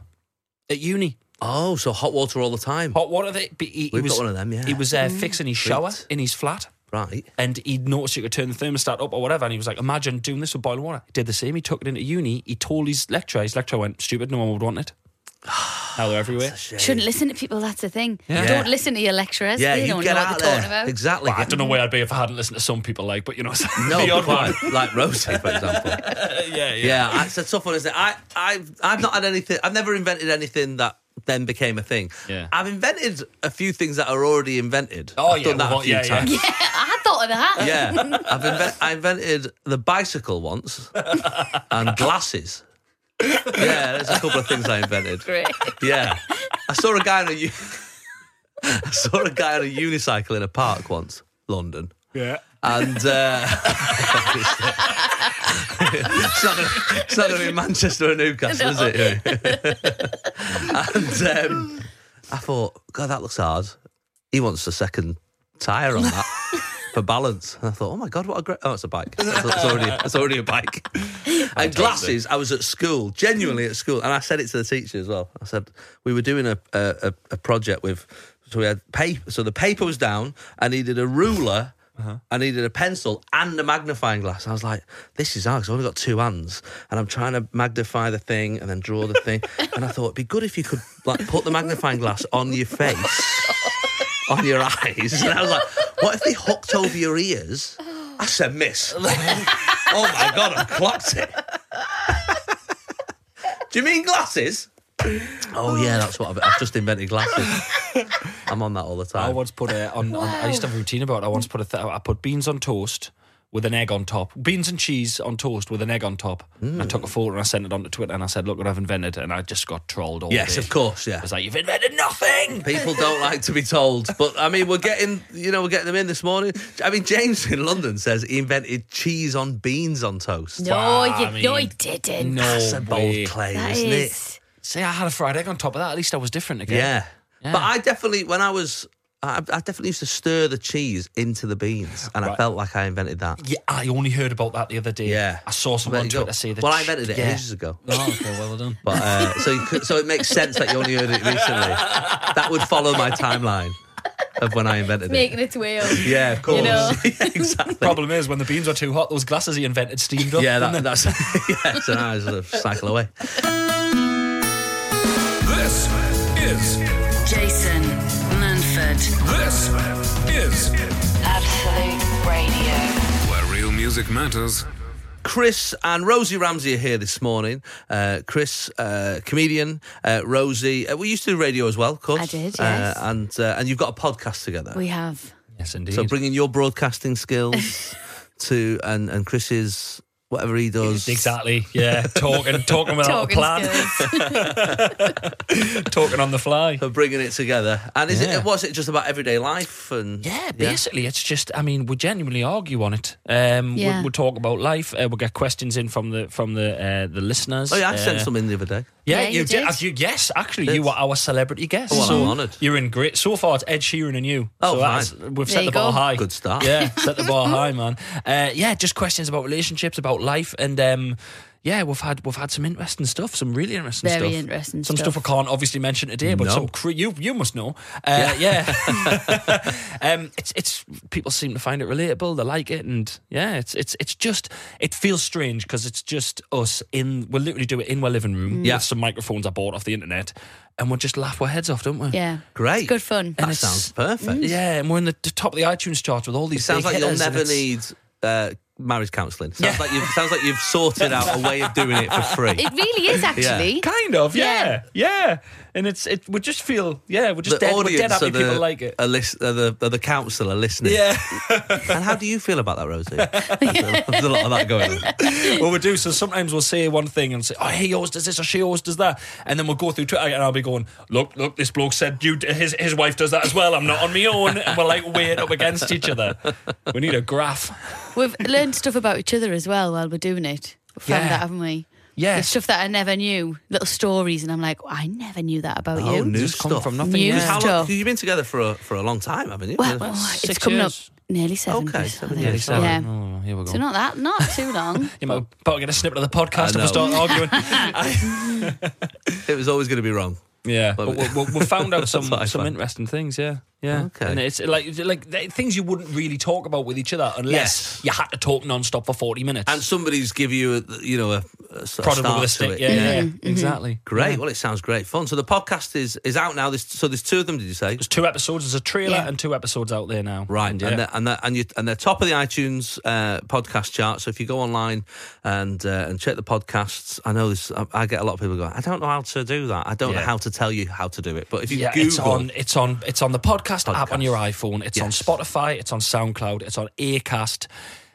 Speaker 4: at uni.
Speaker 3: Oh, so hot water all the time.
Speaker 4: Hot water. They, but he, he
Speaker 3: We've
Speaker 4: was,
Speaker 3: got one of them, yeah.
Speaker 4: He was uh, fixing his shower
Speaker 3: Sweet.
Speaker 4: in his flat.
Speaker 3: Right.
Speaker 4: And he noticed you could turn the thermostat up or whatever. And he was like, imagine doing this with boiling water. He did the same. He took it into uni. He told his lecturer. His lecturer went, stupid, no one would want it. Now they're everywhere.
Speaker 5: Shouldn't listen to people, that's the thing.
Speaker 4: Yeah.
Speaker 5: Don't listen to your lecturers.
Speaker 3: Yeah,
Speaker 5: they
Speaker 3: you
Speaker 5: don't
Speaker 3: get
Speaker 5: know
Speaker 3: out
Speaker 5: what
Speaker 3: there.
Speaker 5: they're talking about.
Speaker 3: Exactly.
Speaker 4: But I don't know where I'd be if I hadn't listened to some people, like, but you know, it's
Speaker 3: No,
Speaker 4: beyond
Speaker 3: quite,
Speaker 4: one.
Speaker 3: like Rosie, for example.
Speaker 4: yeah, yeah.
Speaker 3: yeah, that's a tough one, isn't it? I, I've, I've not had anything. I've never invented anything that then became a thing.
Speaker 4: Yeah.
Speaker 3: I've invented a few things that are already invented.
Speaker 4: Oh,
Speaker 3: I've
Speaker 4: yeah,
Speaker 3: done that
Speaker 4: well,
Speaker 3: a few
Speaker 4: yeah, yeah.
Speaker 3: times.
Speaker 5: Yeah, I thought of that.
Speaker 3: Yeah, I've inven- I invented the bicycle once and glasses. Yeah, there's a couple of things I invented.
Speaker 5: Great.
Speaker 3: Yeah, I saw a guy on a u- I saw a guy on a unicycle in a park once, London.
Speaker 4: Yeah.
Speaker 3: And uh, it's not gonna- it's not going to be Manchester or Newcastle, is it? and um, I thought, God, that looks hard. He wants a second tyre on that for balance. And I thought, oh my God, what a great. Oh, it's a bike. It's, it's already, it's already a bike. and glasses, I was at school, genuinely at school. And I said it to the teacher as well. I said, we were doing a, a, a- a project with. So we had paper. So the paper was down. I needed a ruler. I needed a pencil and a magnifying glass. I was like, this is hard 'cause I've only got two hands and I'm trying to magnify the thing and then draw the thing. and I thought it'd be good if you could like put the magnifying glass on your face, on your eyes. And I was like, what if they hooked over your ears? I said, miss. oh my God, I've clocked it. Do you mean glasses? Oh, yeah, that's what I've, I've just invented glasses. I'm on that all the
Speaker 4: I
Speaker 3: time.
Speaker 4: once put a, on, on. I used to have a routine about. It. I once put a. Th- I put beans on toast with an egg on top. Beans and cheese on toast with an egg on top. And I took a photo and I sent it onto Twitter and I said, "Look what I've invented!" And I just got trolled all
Speaker 3: yes,
Speaker 4: day.
Speaker 3: of course, yeah.
Speaker 4: I was like, "You've invented nothing."
Speaker 3: People don't like to be told, but I mean, we're getting you know we're getting them in this morning. I mean, James in London says he invented cheese on beans on toast.
Speaker 5: No,
Speaker 4: Wow,
Speaker 5: you,
Speaker 4: I
Speaker 5: no,
Speaker 4: mean,
Speaker 5: you didn't.
Speaker 4: No
Speaker 3: That's a
Speaker 4: way.
Speaker 3: bold claim,
Speaker 5: that
Speaker 3: isn't
Speaker 5: is-
Speaker 4: See, I had a fried egg on top of that. At least I was different
Speaker 3: it?
Speaker 4: again.
Speaker 3: Yeah. But I definitely, when I was I, I definitely used to stir the cheese into the beans, and I
Speaker 4: Right.
Speaker 3: felt like I invented that.
Speaker 4: Yeah, I only heard about that the other day.
Speaker 3: Yeah,
Speaker 4: I saw someone
Speaker 3: There
Speaker 4: on
Speaker 3: you go.
Speaker 4: Twitter say that.
Speaker 3: Well, I invented it
Speaker 4: Yeah.
Speaker 3: ages ago.
Speaker 6: Oh, okay, well done.
Speaker 3: But uh, so you could, so it makes sense that you only heard it recently. That would follow my timeline of when I invented
Speaker 5: Making
Speaker 3: it.
Speaker 5: its way up.
Speaker 3: Yeah, of course.
Speaker 5: know.
Speaker 3: exactly.
Speaker 4: Problem is, when the beans were too hot, those glasses he invented steamed up.
Speaker 3: Yeah, that,
Speaker 4: didn't
Speaker 3: that's yeah. So now I sort of cycle away.
Speaker 1: This is
Speaker 2: Jason Manford.
Speaker 1: this is
Speaker 2: Absolute Radio.
Speaker 1: where real music matters.
Speaker 3: Chris and Rosie Ramsey are here this morning. Uh, Chris, uh, comedian, uh, Rosie. Uh, we used to do radio as well, of course.
Speaker 5: I did,
Speaker 3: Uh,
Speaker 5: yes.
Speaker 3: and uh, and you've got a podcast together.
Speaker 5: We have.
Speaker 4: it? Yes, indeed.
Speaker 3: so bringing your broadcasting skills to and and Chris's whatever he does.
Speaker 4: exactly. Yeah, talking, talking without a
Speaker 5: Talking
Speaker 4: plan,
Speaker 5: skills.
Speaker 4: talking on the fly.
Speaker 3: For bringing it together, and is
Speaker 4: Yeah.
Speaker 3: it was it just about everyday life and
Speaker 4: Yeah, basically, it's just. I mean, we genuinely argue on it. Um,
Speaker 5: Yeah.
Speaker 4: we, we talk about life. Uh, we get questions in from the from the uh, the listeners.
Speaker 3: Oh yeah, I
Speaker 4: uh,
Speaker 3: sent some in the other day.
Speaker 4: Yeah,
Speaker 5: Yeah,
Speaker 4: you,
Speaker 5: you
Speaker 4: did.
Speaker 5: did.
Speaker 4: You- yes, actually, you were our celebrity guest.
Speaker 3: Oh, well, I'm honoured.
Speaker 4: You're in great. So far, it's Ed Sheeran and you.
Speaker 3: Oh,
Speaker 4: so that's- We've set
Speaker 5: you
Speaker 4: the bar
Speaker 5: go.
Speaker 4: high.
Speaker 3: Good start.
Speaker 4: Yeah, set the bar high, man. Uh, yeah, just questions about relationships, about life, and um, yeah, we've had we've had some interesting stuff, some really interesting
Speaker 5: Very
Speaker 4: stuff,
Speaker 5: interesting
Speaker 4: some stuff.
Speaker 5: stuff.
Speaker 4: I can't obviously mention today, but
Speaker 3: No.
Speaker 4: some cre- you you must know. Uh, yeah, um, it's it's people seem to find it relatable. They like it, and yeah, it's it's it's just it feels strange because it's just us in. We literally do it in my living
Speaker 5: Mm.
Speaker 4: room. Yeah, with some microphones I bought off the internet, and we'll just laugh our heads off, don't we?
Speaker 5: Yeah.
Speaker 3: Great,
Speaker 5: It's good fun.
Speaker 3: That
Speaker 4: And it's-
Speaker 3: sounds perfect.
Speaker 4: yeah. And we're in the, the top of the iTunes chart with all these.
Speaker 3: Sounds
Speaker 4: big
Speaker 3: like you'll
Speaker 4: hitters, and
Speaker 3: never
Speaker 4: it's-
Speaker 3: need uh, marriage counselling. Sounds like you've sounds like you've sorted out a way of doing it for free.
Speaker 5: It really is actually.
Speaker 4: Kind of, yeah,
Speaker 5: Yeah.
Speaker 4: yeah, and it's it. We just feel, yeah, we're just
Speaker 3: the
Speaker 4: dead, we're
Speaker 3: audience
Speaker 4: dead happy
Speaker 3: are the, uh,
Speaker 4: people like it.
Speaker 3: Are lis- are the are the counsellor listening.
Speaker 4: yeah.
Speaker 3: And how do you feel about that, Rosie? There's a lot of that going on.
Speaker 4: well, we do. So sometimes we'll say one thing and say, "Oh, he always does this," or "She always does that," and then we'll go through Twitter and I'll be going, "Look, look, this bloke said you, his his wife does that as well. I'm not on my own." And we're like weighed up against each other. We need a graph.
Speaker 5: We've learned stuff about each other as well while we're doing it. We found
Speaker 4: Yeah.
Speaker 5: that, haven't we?
Speaker 4: Yes.
Speaker 5: There's stuff that I never knew, little stories, and I'm like, "Oh, I never knew that about
Speaker 3: Oh,
Speaker 5: you.
Speaker 3: new
Speaker 4: Just come
Speaker 3: stuff.
Speaker 4: from nothing,
Speaker 5: New
Speaker 4: yeah.
Speaker 3: How long,
Speaker 5: stuff.
Speaker 3: you've been together for a, for a long time, haven't you?
Speaker 5: Well,
Speaker 3: Yeah.
Speaker 5: oh, it's
Speaker 4: uh, six
Speaker 5: coming
Speaker 4: years.
Speaker 5: up nearly seven.
Speaker 3: Okay,
Speaker 5: I
Speaker 3: seven
Speaker 5: think.
Speaker 3: years, seven.
Speaker 5: Yeah.
Speaker 4: Oh, here we go.
Speaker 5: So not that, not too long.
Speaker 4: you might better get a snippet of the podcast if
Speaker 3: I
Speaker 4: we start
Speaker 3: know.
Speaker 4: arguing.
Speaker 3: it was always going to be wrong.
Speaker 4: Yeah, but we, we, we found out some
Speaker 3: what I
Speaker 4: some
Speaker 3: find.
Speaker 4: interesting things. Yeah, yeah.
Speaker 3: Okay.
Speaker 4: And it's like like th- things you wouldn't really talk about with each other unless
Speaker 3: Yes.
Speaker 4: you had to talk non-stop for forty minutes.
Speaker 3: And somebody's give you, a, you know, a, a sort of
Speaker 4: prodigal
Speaker 3: start
Speaker 4: with a
Speaker 3: to
Speaker 4: stick.
Speaker 3: it. Mm-hmm.
Speaker 4: Yeah, yeah, yeah. exactly.
Speaker 3: Great. Well, it sounds great fun. So the podcast is is out now. There's, so there's two of them. Did you say?
Speaker 4: There's two episodes. There's a trailer
Speaker 5: Yeah.
Speaker 4: and two episodes out there now.
Speaker 3: Right,
Speaker 4: And,
Speaker 3: and
Speaker 4: yeah.
Speaker 3: they're, and they're, and, you, and they're top of the iTunes uh, podcast chart. So if you go online and uh, and check the podcasts, I know this. I, I get a lot of people going. I don't know how to do that. I don't
Speaker 4: Yeah.
Speaker 3: know how to tell you how to do it. But if you
Speaker 4: yeah,
Speaker 3: Google,
Speaker 4: it's on. It's on. It's on the podcast, app
Speaker 3: Podcast.
Speaker 4: on your iPhone. It's
Speaker 3: Yes.
Speaker 4: on Spotify. It's on SoundCloud. It's on Acast.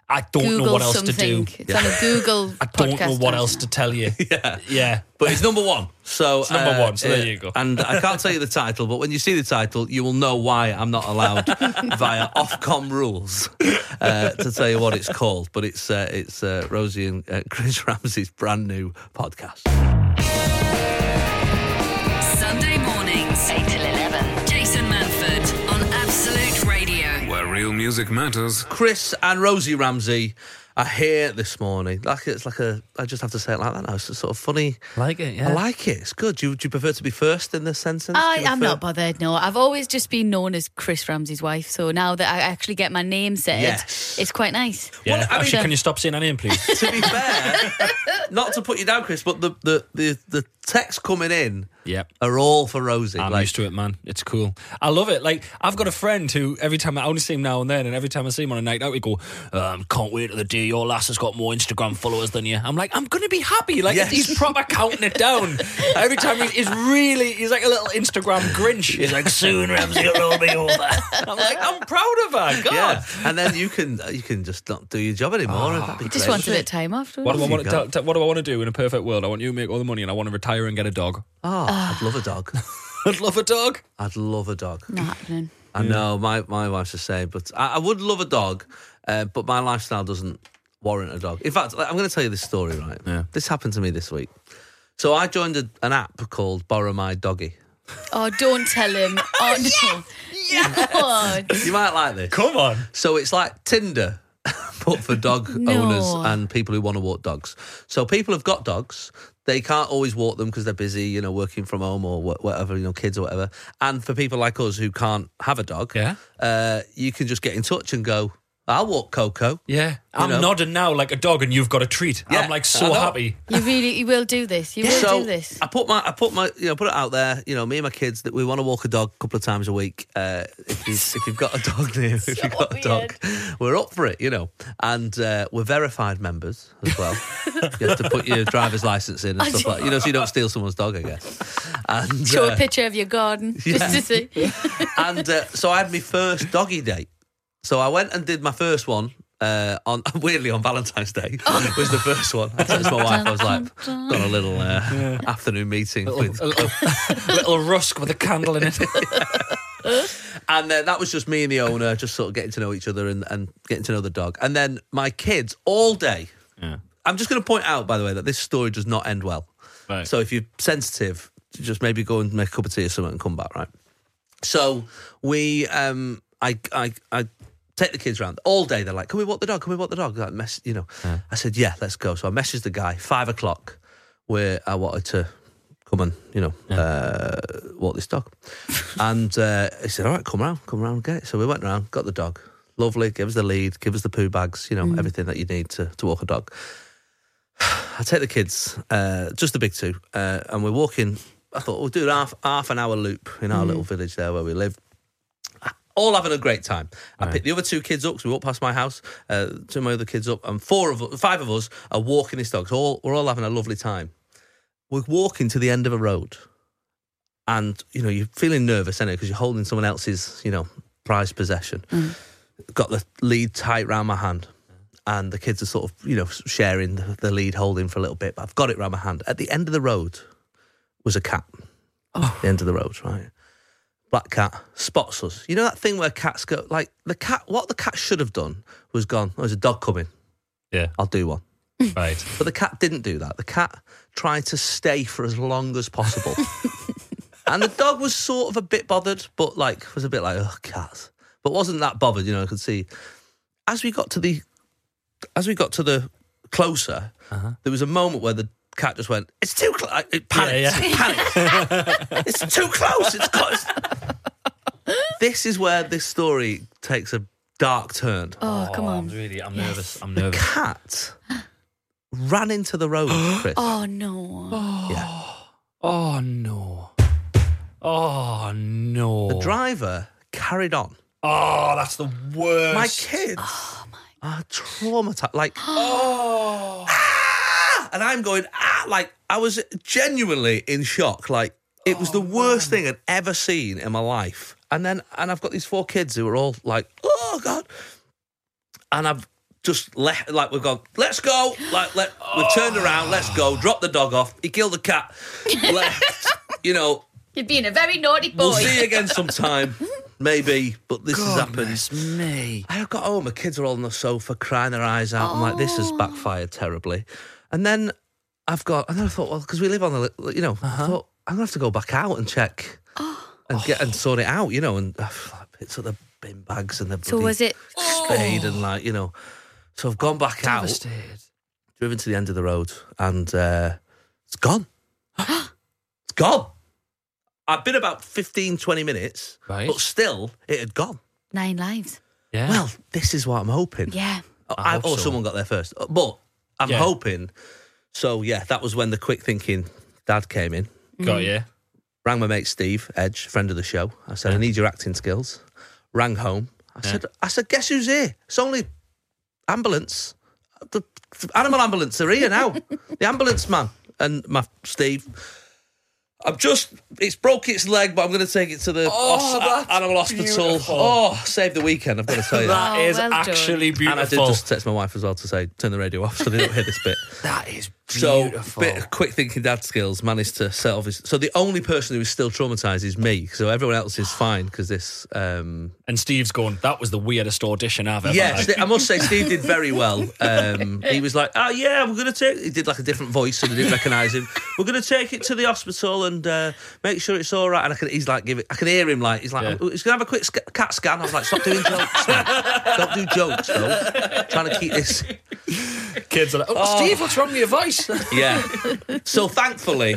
Speaker 4: I don't
Speaker 5: Google
Speaker 4: know what else
Speaker 5: something.
Speaker 4: to do.
Speaker 5: It's on a Google
Speaker 4: I don't
Speaker 5: podcast
Speaker 4: know what
Speaker 5: app.
Speaker 4: else to tell you. yeah, yeah.
Speaker 3: but it's number one. So uh,
Speaker 4: It's number one, so there you go.
Speaker 3: And I can't tell you the title, but when you see the title, you will know why I'm not allowed via Ofcom rules uh, to tell you what it's called. But it's uh, it's uh, Rosie and uh, Chris Ramsey's brand new podcast.
Speaker 2: Sunday mornings, 8 till 11. Jason Manford on Absolute Radio.
Speaker 1: Where real music matters.
Speaker 3: Chris and Rosie Ramsey are here this morning. Like it's like a, I just have to say it like that now. It's sort of funny.
Speaker 4: Like it. Yeah.
Speaker 3: I like it. It's good. Do you, do you prefer to be first in this sentence? Do
Speaker 5: I,
Speaker 3: you
Speaker 5: I'm
Speaker 3: prefer-
Speaker 5: not bothered. No, I've always just been known as Chris Ramsey's wife. So now that I actually get my name said,
Speaker 3: Yes.
Speaker 5: it's quite nice.
Speaker 4: Yeah.
Speaker 3: Well, I mean-
Speaker 4: Actually, can you stop saying her name, please?
Speaker 3: To be fair, not to put you down, Chris, but the the the, the texts coming in
Speaker 4: Yep.
Speaker 3: are all for Rosie.
Speaker 4: I'm
Speaker 3: like,
Speaker 4: used to it, man. It's cool. I love it. Like I've got a friend who every time I only see him now and then, and every time I see him on a night out, we go, um, "Can't wait till the day your lass has got more Instagram followers than you." I'm like, I'm gonna be happy. Like
Speaker 3: Yes.
Speaker 4: he's proper counting it down. every time he- he's really, he's like a little Instagram Grinch. He's like, "Soon Ramsey will roll me over." I'm like, I'm proud of her. God.
Speaker 3: yeah, and then you can you can just not do your job anymore.
Speaker 4: Oh.
Speaker 3: That'd be
Speaker 5: Just
Speaker 3: great.
Speaker 5: wants a bit of time afterwards.
Speaker 4: What do, I want
Speaker 3: got?
Speaker 4: to, t- what do I want to do in a perfect world? I want you to make all the money and I want to retire and get a dog.
Speaker 3: Oh, I'd love a dog.
Speaker 4: I'd love a dog.
Speaker 3: I'd love a dog.
Speaker 5: Not happening.
Speaker 3: I know my, my wife's the same, but I, I would love a dog, uh, but my lifestyle doesn't warrant a dog. In fact, I'm going to tell you this story, right?
Speaker 4: Yeah.
Speaker 3: This happened to me this week. So I joined a, an app called Borrow My Doggy.
Speaker 5: Oh, don't tell him. Oh, no. God.
Speaker 3: You might like this.
Speaker 4: Come on.
Speaker 3: So it's like Tinder, but for dog
Speaker 5: No.
Speaker 3: owners and people who want to walk dogs. So people have got dogs. They can't always walk them because they're busy, you know, working from home or wha- whatever, you know, kids or whatever. And for people like us who can't have a dog,
Speaker 4: Yeah.
Speaker 3: uh, you can just get in touch and go, I'll walk Coco.
Speaker 4: Yeah. I'm
Speaker 3: know.
Speaker 4: nodding now like a dog and you've got a treat.
Speaker 3: Yeah,
Speaker 4: I'm like
Speaker 3: I
Speaker 4: so
Speaker 3: know.
Speaker 4: happy.
Speaker 5: You really, you will do this. You will
Speaker 3: so uh,
Speaker 5: do this.
Speaker 3: I put my, I put my, you know, put it out there. You know, me and my kids that we want to walk a dog a couple of times a week. Uh, if, you, if you've got a dog near, if you've got a dog, we're up for it. You know, and uh, we're verified members as well. you have to put your driver's license in and stuff like, you know, so you don't steal someone's dog, I guess. And
Speaker 5: Show
Speaker 3: uh,
Speaker 5: a picture of your garden just to see.
Speaker 3: and uh, so I had my first doggy date. So I went and did my first one. Uh, on weirdly on Valentine's Day
Speaker 5: Oh.
Speaker 3: was the first one. I texted my wife. I was like, got a little uh, afternoon meeting with
Speaker 4: A little, little rusk with a candle in it.
Speaker 3: And uh, that was just me and the owner, just sort of getting to know each other and, and getting to know the dog. And then my kids all day. I'm just going to point out, by the way, that this story does not end well.
Speaker 4: Right.
Speaker 3: So if you're sensitive, just maybe go and make a cup of tea or something and come back, right? So we, um, I, I, I take the kids around all day. They're like, "Can we walk the dog? Can we walk the dog?" Like, mess, you know. I said, "Yeah, let's go." So I messaged the guy five o'clock where I wanted to come and you know uh, walk this dog, and uh, he said, "All right, come round, come round, and get it." So we went round, got the dog. Lovely, give us the lead, give us the poo bags, you know, everything that you need to, to walk a dog. I take the kids, uh, just the big two, uh, and we're walking. I thought we'll do an half half an hour loop in our little village there where we live. All having a great time. I picked the other two kids up. So we walked past my house. Uh, two of my other kids up, and four of five of us are walking this dog. So all, we're all having a lovely time. We're walking to the end of a road, and you know you're feeling nervous anyway because you're holding someone else's you know prized possession. Got the lead tight round my hand and the kids are sort of you know sharing the the lead holding for a little bit but i've got it round my hand at the end of the road was a cat the end of the road right black cat spots us you know that thing where cats go like the cat what the cat should have done was gone oh, there's a dog coming
Speaker 4: Yeah.
Speaker 3: i'll do one
Speaker 4: Right.
Speaker 3: but the cat didn't do that. The cat tried to stay for as long as possible. and the dog was sort of a bit bothered, but like, was a bit like, oh, cat. But wasn't that bothered, you know, I could see. As we got to the, as we got to the closer, there was a moment where the cat just went, it's too close. It panicked,
Speaker 4: Yeah, yeah.
Speaker 3: it panicked. it's too close, it's close. this is where this story takes a dark turn
Speaker 5: Oh, come
Speaker 4: I'm
Speaker 5: on.
Speaker 4: really, I'm nervous. I'm nervous.
Speaker 3: cat ran into the road, Chris.
Speaker 5: Oh, no.
Speaker 4: Oh, no. Oh, no.
Speaker 3: The driver carried on.
Speaker 4: oh, that's the worst.
Speaker 3: My kids are traumatized. Like,
Speaker 4: oh.
Speaker 3: "Ah!" and I'm going, ah, like, I was genuinely in shock. Like, it was the worst thing I'd ever seen in my life. And then, and I've got these four kids who are all like, oh, God. And I've just left, like, we've gone, let's go. Like, let, we've turned around, let's go, drop the dog off. He killed the cat, left, you know,
Speaker 5: You're being a very naughty boy.
Speaker 3: We'll see you again sometime, maybe. But this has happened.
Speaker 4: me.
Speaker 3: I got home. My kids are all on the sofa crying their eyes out. I'm like, this
Speaker 5: Oh.
Speaker 3: has backfired terribly. And then I've got, and then I thought, well, because we live on the, li- you know,
Speaker 5: Uh-huh.
Speaker 3: I thought I'm gonna have to go back out and check and get
Speaker 5: Oh.
Speaker 3: and sort it out, you know. And uh, I picked up the bin bags and the
Speaker 5: So
Speaker 3: bloody
Speaker 5: was it-
Speaker 3: spade and like, you know. So I've gone back out,
Speaker 4: Devastated.
Speaker 3: driven to the end of the road, and uh, it's gone. it's gone. I've been about 15, 20 minutes,
Speaker 4: Right.
Speaker 3: but still, it had gone.
Speaker 5: Nine lives.
Speaker 4: Yeah.
Speaker 3: Well, this is what I'm hoping.
Speaker 5: Yeah.
Speaker 3: I-
Speaker 4: hope
Speaker 3: or
Speaker 4: so.
Speaker 3: someone got there first. Uh, But I'm
Speaker 4: Yeah.
Speaker 3: hoping. So yeah, that was when the quick thinking dad came in.
Speaker 4: got you.
Speaker 3: Rang my mate Steve Edge, friend of the show. I said, I need your acting skills. Rang home. I said, I said, guess who's here? It's only ambulance. The animal ambulance are here now. the ambulance man and my Steve. I'm just. It's broke its leg, but I'm going to take it to the hos-
Speaker 4: Oh, that's
Speaker 3: animal hospital.
Speaker 4: beautiful.
Speaker 3: Oh, save the weekend! I've got to tell you.
Speaker 4: That
Speaker 5: Oh,
Speaker 4: is
Speaker 5: well done.
Speaker 4: actually
Speaker 3: And I did
Speaker 4: beautiful.
Speaker 3: just text my wife as well to say turn the radio off so they don't hear this bit.
Speaker 4: that is
Speaker 3: So,
Speaker 4: Beautiful.
Speaker 3: bit of quick thinking dad skills managed to set off his. So, the only person who is still traumatized is me. So, everyone else is fine because this. Um,
Speaker 4: And Steve's going, that was the weirdest audition I've ever
Speaker 3: yes,
Speaker 4: had.
Speaker 3: I must say, Steve did very well. Um, he was like, oh, yeah, we're going to take. He did like a different voice so they didn't recognize him. We're going to take it to the hospital and uh, make sure it's all right. And I can, he's like, give it. I can hear him like, he's like,
Speaker 4: Yeah.
Speaker 3: "Oh, he's going to have a quick sc- cat scan. I was like, stop doing jokes. man. Don't do jokes, though. Trying to keep this.
Speaker 4: Kids are like, oh, Steve, what's wrong with your voice?
Speaker 3: Yeah. So thankfully,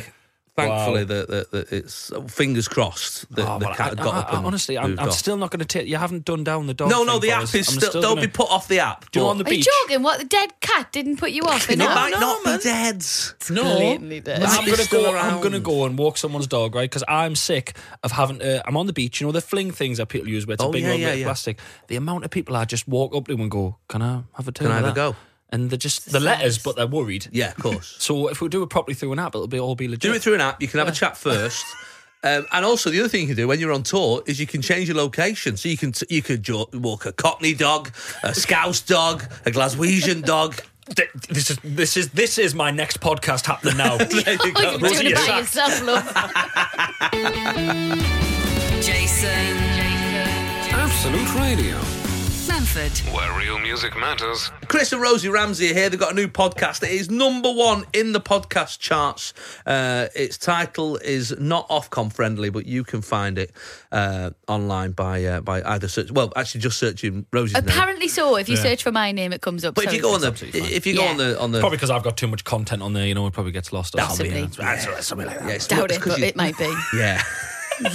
Speaker 3: thankfully
Speaker 4: Wow.
Speaker 3: that, that, that it's fingers crossed that
Speaker 4: Oh,
Speaker 3: the
Speaker 4: well,
Speaker 3: cat
Speaker 4: I-
Speaker 3: got
Speaker 4: I-
Speaker 3: up.
Speaker 4: I-
Speaker 3: and
Speaker 4: honestly, I'm,
Speaker 3: moved
Speaker 4: I'm
Speaker 3: off.
Speaker 4: still not going to take. You haven't done down the dog.
Speaker 3: No, no,
Speaker 4: thing
Speaker 3: the
Speaker 4: for
Speaker 3: app
Speaker 4: us.
Speaker 3: is
Speaker 4: I'm
Speaker 3: still. don't
Speaker 4: gonna-
Speaker 3: be put off the app.
Speaker 4: Do you
Speaker 3: but-
Speaker 4: want the
Speaker 5: Are you
Speaker 4: beach?
Speaker 5: joking? What the dead cat didn't put you off?
Speaker 3: It
Speaker 5: enough?
Speaker 3: might
Speaker 4: no,
Speaker 3: not
Speaker 4: man.
Speaker 3: be dead.
Speaker 5: Brilliantly dead.
Speaker 3: Might
Speaker 4: I'm
Speaker 3: be
Speaker 4: gonna
Speaker 3: still
Speaker 4: go. I'm
Speaker 3: around.
Speaker 4: gonna go and walk someone's dog, right? Because I'm sick of having. Uh, I'm on the beach. You know the fling things that people use, where it's
Speaker 3: Oh,
Speaker 4: a big
Speaker 3: yeah,
Speaker 4: one
Speaker 3: yeah,
Speaker 4: bit of
Speaker 3: yeah.
Speaker 4: plastic. The amount of people I just walk up to and go, "Can I have a turn?
Speaker 3: Can I
Speaker 4: of
Speaker 3: have a
Speaker 4: that?"
Speaker 3: go?
Speaker 4: And they're just the letters, but they're worried.
Speaker 3: Yeah, of course.
Speaker 4: So if we do it properly through an app, it'll be all be legit.
Speaker 3: do it through an app. You can have a chat first. Um, and also, the other thing you can do when you're on tour is you can change your location. So you can t- you could jo- walk a Cockney dog, a Scouse dog, a Glaswegian dog.
Speaker 4: Th- This is this is this is my next podcast happening now.
Speaker 3: There you
Speaker 5: Oh,
Speaker 3: go.
Speaker 5: you're doing it
Speaker 4: Yeah.
Speaker 5: by yourself, love.
Speaker 2: Jason.
Speaker 1: Absolute Radio,
Speaker 2: Manford.
Speaker 1: where real music matters.
Speaker 3: Chris and Rosie Ramsey are here. They've got a new podcast. It is number one in the podcast charts. Uh, its title is not Ofcom friendly, but you can find it uh, online by uh, by either search. Well, actually, just searching Rosie's name.
Speaker 5: Apparently so. If you search for my name, it comes up.
Speaker 3: But if
Speaker 5: so
Speaker 3: you go on
Speaker 5: it's
Speaker 3: the if you go
Speaker 5: fine.
Speaker 3: on the on the
Speaker 4: Probably because I've got too much content on there. You know, it probably gets lost. Or something.
Speaker 5: Possibly.
Speaker 3: something like that. Yeah, it's-
Speaker 5: Doubt
Speaker 3: it's
Speaker 5: it,
Speaker 3: 'cause
Speaker 5: but
Speaker 3: you-
Speaker 5: it might be.
Speaker 3: Yeah.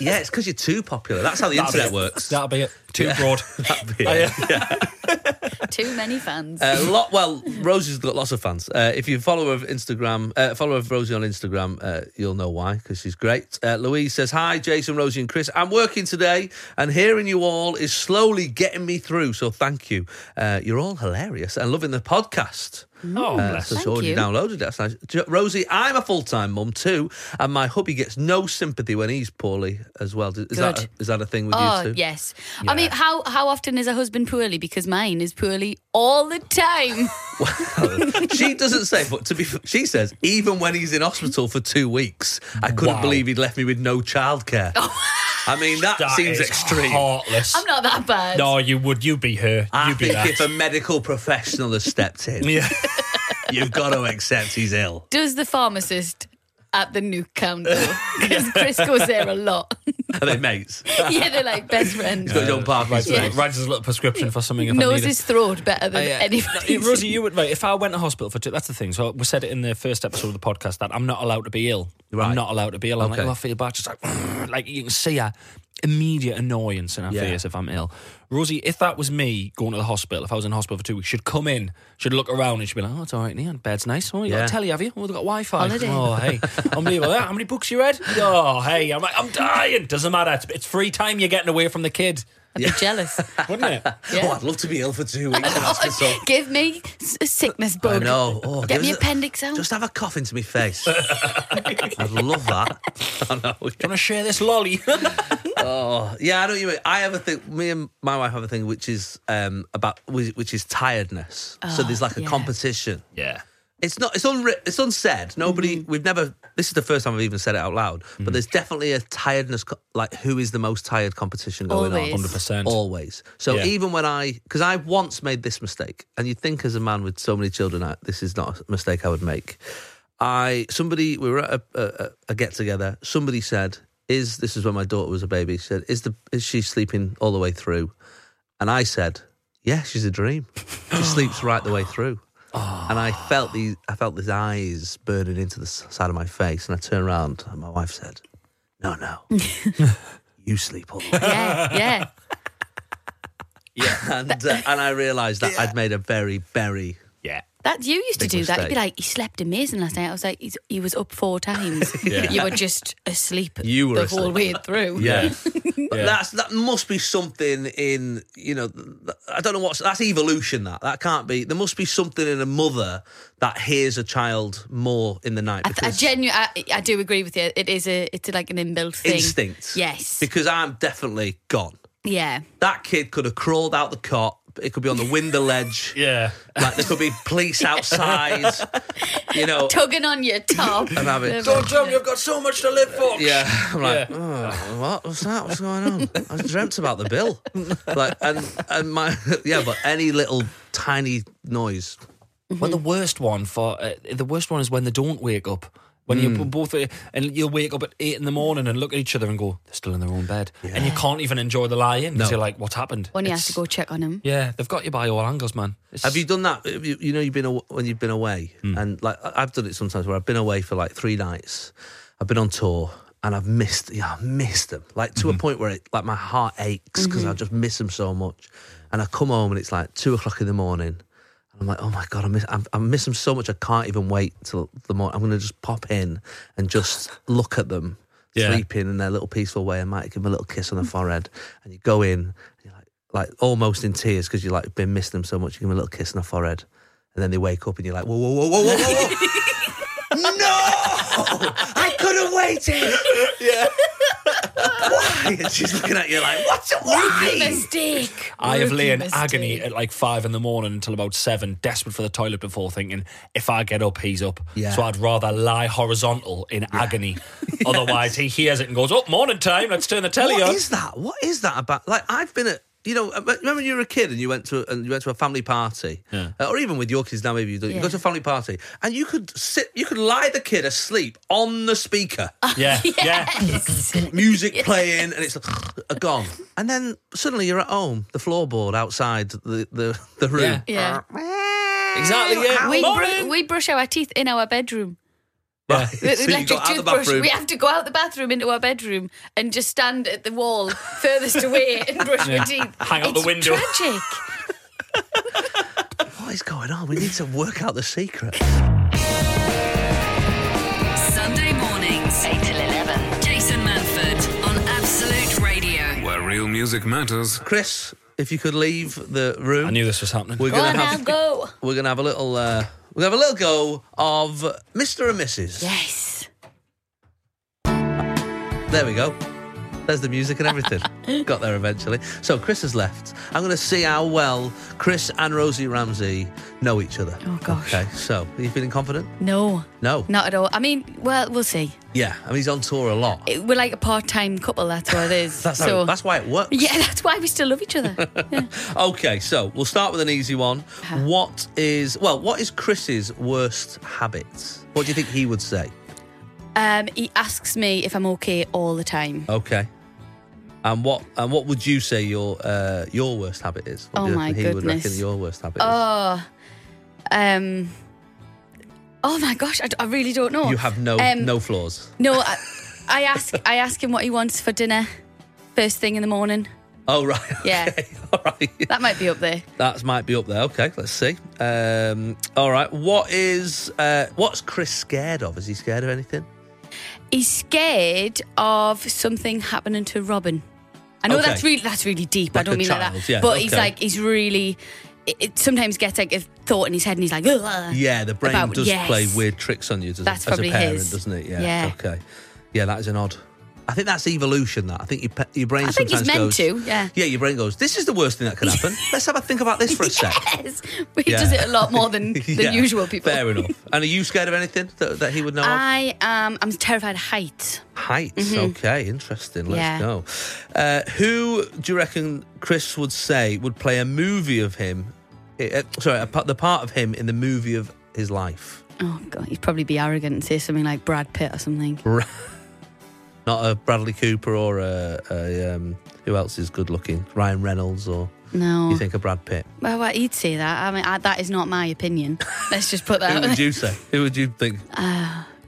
Speaker 3: yeah, it's because you're too popular. That's how the internet works.
Speaker 4: That'll be it. Too broad.
Speaker 3: That'd be it.
Speaker 5: Too many fans.
Speaker 3: A lot. Uh, Well, Rosie's got lots of fans. Uh, if you follow her of Instagram, uh, follow her of Rosie on Instagram, uh, you'll know why because she's great. Uh, Louise says hi, Jason, Rosie, and Chris. I'm working today, and hearing you all is slowly getting me through. So thank you. Uh, you're all hilarious and loving the podcast.
Speaker 4: Oh,
Speaker 3: Uh,
Speaker 4: bless.
Speaker 3: so it's
Speaker 5: Thank
Speaker 3: already
Speaker 5: you.
Speaker 3: downloaded. it. That's nice. Jo- Rosie, I'm a full time mum too, and my hubby gets no sympathy when he's poorly as well. Is, that, a,
Speaker 5: Good.
Speaker 3: is that a thing with
Speaker 5: Oh
Speaker 3: you too?
Speaker 5: yes. I mean, how how often is a husband poorly? Because mine is poorly all the time.
Speaker 3: she doesn't say, but to be, f- she says even when he's in hospital for two weeks, I couldn't
Speaker 4: Wow.
Speaker 3: believe he'd left me with no childcare. I mean, that,
Speaker 4: That
Speaker 3: seems
Speaker 4: is
Speaker 3: extreme.
Speaker 4: Heartless.
Speaker 5: I'm not that bad.
Speaker 4: No, you would. You be her.
Speaker 3: I
Speaker 4: you be
Speaker 3: think if
Speaker 4: that.
Speaker 3: a medical professional has stepped in,
Speaker 4: Yeah.
Speaker 3: you've got to accept he's ill.
Speaker 5: Does the pharmacist at the nuke counter? Because Chris goes there a lot.
Speaker 3: Are they mates? He's
Speaker 5: yeah, they're like best friends.
Speaker 3: got John Parkinson's.
Speaker 5: Yeah.
Speaker 4: Writes us a little prescription for something. If I
Speaker 5: Knows
Speaker 4: need it.
Speaker 5: his throat better than
Speaker 3: Oh,
Speaker 4: Yeah.
Speaker 5: anybody.
Speaker 4: No, Rosie, you would right. If I went to hospital for two, that's the thing. So we said it in the first episode of the podcast that I'm not allowed to be ill.
Speaker 3: Right.
Speaker 4: I'm not allowed to be ill. I'm like,
Speaker 3: Okay.
Speaker 4: oh, I feel bad. Just like, like you can see her immediate annoyance in her
Speaker 3: Yeah.
Speaker 4: face if I'm ill. Rosie, if that was me going to the hospital, if I was in hospital for two weeks, she'd come in, she'd look around, and she'd be like, oh, it's all right, Neon. Bed's nice. Oh, you
Speaker 3: Yeah.
Speaker 4: got a telly, have you? Oh, they've got Wi Fi.
Speaker 5: Holiday.
Speaker 4: Oh, hey. Unbelievable. "Ah, How many books you read? Oh, hey. I'm like, I'm dying. Doesn't matter. It's, it's free time you're getting away from the kid,
Speaker 5: I'd be jealous.
Speaker 4: wouldn't it?
Speaker 3: Oh, I'd love to be ill for two weeks in hospital.
Speaker 5: Oh, give me s- a sickness
Speaker 3: I
Speaker 5: bug.
Speaker 3: know. Oh,
Speaker 5: Get
Speaker 3: give
Speaker 5: me
Speaker 3: us a-
Speaker 5: appendix out.
Speaker 3: Just have a cough into my face. I'd love that. I know.
Speaker 4: Do you want to share this lolly?
Speaker 3: Yeah, I know what you mean. I have a thing. Me and my wife have a thing, which is um about which which is tiredness. so there's like a
Speaker 5: Ah, yeah.
Speaker 3: competition.
Speaker 4: yeah.
Speaker 3: It's not. It's unri It's unsaid. Nobody.
Speaker 5: Mm-hmm.
Speaker 3: We've never. This is the first time I've even said it out loud. But there's definitely a tiredness. co- Like who is the most tired competition going
Speaker 5: Always.
Speaker 3: on?
Speaker 4: 100%.
Speaker 3: Always. So
Speaker 4: Yeah.
Speaker 3: even when I, because I once made this mistake, and you'd think as a man with so many children, I, this is not a mistake I would make. I somebody we were at a, a, a get together. Somebody said, "Is this is when my daughter was a baby?" She said, "Is the is she sleeping all the way through?" And I said, "Yeah, she's a dream. She sleeps right the way through." And I felt these, I felt these eyes burning into the s- side of my face, and I turned around, and my wife said, "No, no, you sleep all the way."
Speaker 5: Yeah, yeah.
Speaker 3: Yeah, and uh, and I realised that I'd made a very very
Speaker 4: Yeah.
Speaker 5: That you used to
Speaker 3: Big
Speaker 5: do that. You'd be
Speaker 3: mistake.
Speaker 5: like, he slept amazing last night. I was like, He's, he was up four times.
Speaker 4: Yeah.
Speaker 5: You were just asleep
Speaker 3: You were
Speaker 5: the
Speaker 3: asleep.
Speaker 5: whole way through.
Speaker 4: Yeah.
Speaker 3: But That's that must be something in you know th- th- I don't know what's that's evolution that that can't be there must be something in a mother that hears a child more in the night
Speaker 5: I, th- I
Speaker 3: because
Speaker 5: genuinely, I, I do agree with you. It is a, it's like an inbuilt thing.
Speaker 3: instinct
Speaker 5: Yes.
Speaker 3: because I'm definitely gone
Speaker 5: yeah.
Speaker 3: that kid could have crawled out the cot It could be on the window ledge.
Speaker 4: Yeah.
Speaker 3: Like there could be police outside. you know.
Speaker 5: tugging on your top.
Speaker 3: And have it.
Speaker 4: Don't tell me I've got so much to live for.
Speaker 3: Yeah, I'm like,
Speaker 4: Yeah.
Speaker 3: "Oh, what? What's that? What's going on? I dreamt about the bill. Like, and and my yeah, but any little tiny noise,
Speaker 4: Well, the worst one for uh, the worst one is when they don't wake up. When you're both uh, and you'll wake up at eight in the morning and look at each other and go, they're still in their own bed, and you can't even enjoy the lie in
Speaker 3: No.
Speaker 4: because you're like, what's happened?
Speaker 5: When you have
Speaker 4: It's-
Speaker 5: to go check on him.
Speaker 4: Yeah, they've got you by all angles, man. It's-
Speaker 3: Have you done that? Have You, you know, you've been aw- when you've been away, and like I- I've done it sometimes where I've been away for like three nights. I've been on tour and I've missed, yeah, I missed them like to a point where it like my heart aches because I just miss them so much. And I come home and it's like two o'clock in the morning. and I'm like, oh my god, I miss, I'm, I miss them so much. I can't even wait till the morning. I'm gonna just pop in and just look at them
Speaker 4: Yeah.
Speaker 3: sleeping in their little peaceful way. I might give them a little kiss on the forehead, and you go in, and you're like, like almost in tears because you like been missing them so much. You give them a little kiss on the forehead, and then they wake up and you're like, whoa, whoa, whoa, whoa, whoa, whoa, whoa. no, I could have waited. Yeah. Why? And she's looking at you like, what's it? Why?
Speaker 5: Mistake.
Speaker 4: I have lay in
Speaker 5: Rookie
Speaker 4: agony
Speaker 5: mistake.
Speaker 4: at like five in the morning until about seven, desperate for the toilet before thinking, if I get up, he's up.
Speaker 3: Yeah.
Speaker 4: So I'd rather lie horizontal in agony. Otherwise, he hears it and goes, oh, morning time, let's turn the telly
Speaker 3: What
Speaker 4: on.
Speaker 3: is that? What is that about? Like I've been at. You know, uh, remember when you were a kid and you went to and you went to a family party, Uh, or even with your kids now, maybe you do. You go
Speaker 5: Yeah.
Speaker 3: to a family party and you could sit, you could lie the kid asleep on the speaker,
Speaker 4: yeah, yeah.
Speaker 5: Yes.
Speaker 3: music playing, and it's like, gone. And then suddenly you're at home, the floorboard outside the the, the room. Uh,
Speaker 5: Yeah.
Speaker 4: Exactly, yeah.
Speaker 5: We, br-
Speaker 4: Morning.
Speaker 5: we brush our teeth in our bedroom.
Speaker 3: Right.
Speaker 5: The
Speaker 3: so you
Speaker 5: electric
Speaker 3: got out the
Speaker 5: toothbrush.
Speaker 3: bathroom.
Speaker 5: we have to go out the bathroom into our bedroom and just stand at the wall furthest away and brush our teeth.
Speaker 4: Hang out the
Speaker 5: It's
Speaker 4: window.
Speaker 5: Tragic.
Speaker 3: What is going on? We need to work out the secret.
Speaker 2: Sunday mornings, 8 till 11. Jason Manford on Absolute Radio.
Speaker 1: Where real music matters.
Speaker 3: Chris, if you could leave the room,
Speaker 4: I knew this was happening.
Speaker 3: we're
Speaker 5: Go
Speaker 3: gonna
Speaker 5: on,
Speaker 3: have
Speaker 5: now go.
Speaker 3: we're gonna have a little uh, we're gonna have a little go of Mr. and Mrs.
Speaker 5: Yes.
Speaker 3: There we go. There's the music and everything. Got there eventually. So Chris has left. I'm going to see how well Chris and Rosie Ramsey know each other.
Speaker 5: Oh, gosh.
Speaker 3: Okay. So, are you feeling confident?
Speaker 5: No.
Speaker 3: No.
Speaker 5: Not at all. I mean, well, we'll see.
Speaker 3: Yeah. I mean, he's on tour a lot.
Speaker 5: It- we're like a part-time couple. That's what it is.
Speaker 3: that's,
Speaker 5: so
Speaker 3: how, that's why it works.
Speaker 5: yeah, that's why we still love each other. Yeah.
Speaker 3: Okay. So we'll start with an easy one.
Speaker 5: Uh-huh.
Speaker 3: What is well? What is Chris's worst habit? What do you think he would say?
Speaker 5: um, he asks me if I'm okay all the time.
Speaker 3: Okay. And what and what would you say your uh, your worst habit is? What
Speaker 5: Oh,
Speaker 3: do you
Speaker 5: my
Speaker 3: reckon He would reckon
Speaker 5: goodness.
Speaker 3: your worst habit.
Speaker 5: Oh, um, oh my gosh, I, d- I really don't know.
Speaker 3: is? You have no
Speaker 5: um,
Speaker 3: no flaws.
Speaker 5: No, I, I ask, I ask him what he wants for dinner first thing in the morning.
Speaker 3: Oh right.
Speaker 5: Yeah.
Speaker 3: Okay. All right.
Speaker 5: That might be up there.
Speaker 3: That might be up there. Okay. Let's see. Um, all right. What is uh, what's Chris scared of? Is he scared of anything?
Speaker 5: He's scared of something happening to Robin. I know
Speaker 3: Okay.
Speaker 5: that's really that's really deep.
Speaker 3: Like
Speaker 5: I don't
Speaker 3: a
Speaker 5: mean like
Speaker 3: child,
Speaker 5: that.
Speaker 3: yeah,
Speaker 5: but he's
Speaker 3: okay.
Speaker 5: like he's really. It, it sometimes gets like a thought in his head, and he's like, Ugh.
Speaker 3: Yeah. The brain
Speaker 5: About-
Speaker 3: does
Speaker 5: yes.
Speaker 3: play weird tricks on you doesn't, as
Speaker 5: That's
Speaker 3: a
Speaker 5: probably
Speaker 3: parent,
Speaker 5: his.
Speaker 3: doesn't it? Yeah.
Speaker 5: Yeah.
Speaker 3: Okay. Yeah. That is an odd. I think that's evolution. That I think your, pe- your brain.
Speaker 5: I think he's
Speaker 3: sometimes
Speaker 5: meant
Speaker 3: goes,
Speaker 5: to, yeah.
Speaker 3: Yeah. Your brain goes. This is the worst thing that can happen. Let's have a think about this for a sec.
Speaker 5: Yes. But he
Speaker 3: Yeah.
Speaker 5: does it a lot more than,
Speaker 3: Yeah,
Speaker 5: than usual people. Uh,
Speaker 3: Fair enough. And are you scared of anything that, that he would know of?
Speaker 5: I am. I'm terrified of heights.
Speaker 3: Heights. Okay, interesting. Let's
Speaker 5: mm-hmm. Yeah.
Speaker 3: go. Uh, who do you reckon Chris would say would play a movie of him? eh, eh, sorry, a, pa- the part of him in the movie of his life.
Speaker 5: Oh god, he'd probably be arrogant and say something like Brad Pitt or something.
Speaker 3: Ra- Not a Bradley Cooper or a, a um, who else is good looking? Ryan Reynolds or
Speaker 5: No,
Speaker 3: you think a Brad Pitt?
Speaker 5: well, well, he'd say that. I mean, I, that is not my opinion. Let's just put that.
Speaker 3: Who
Speaker 5: out there.
Speaker 3: would you say? Who would you think?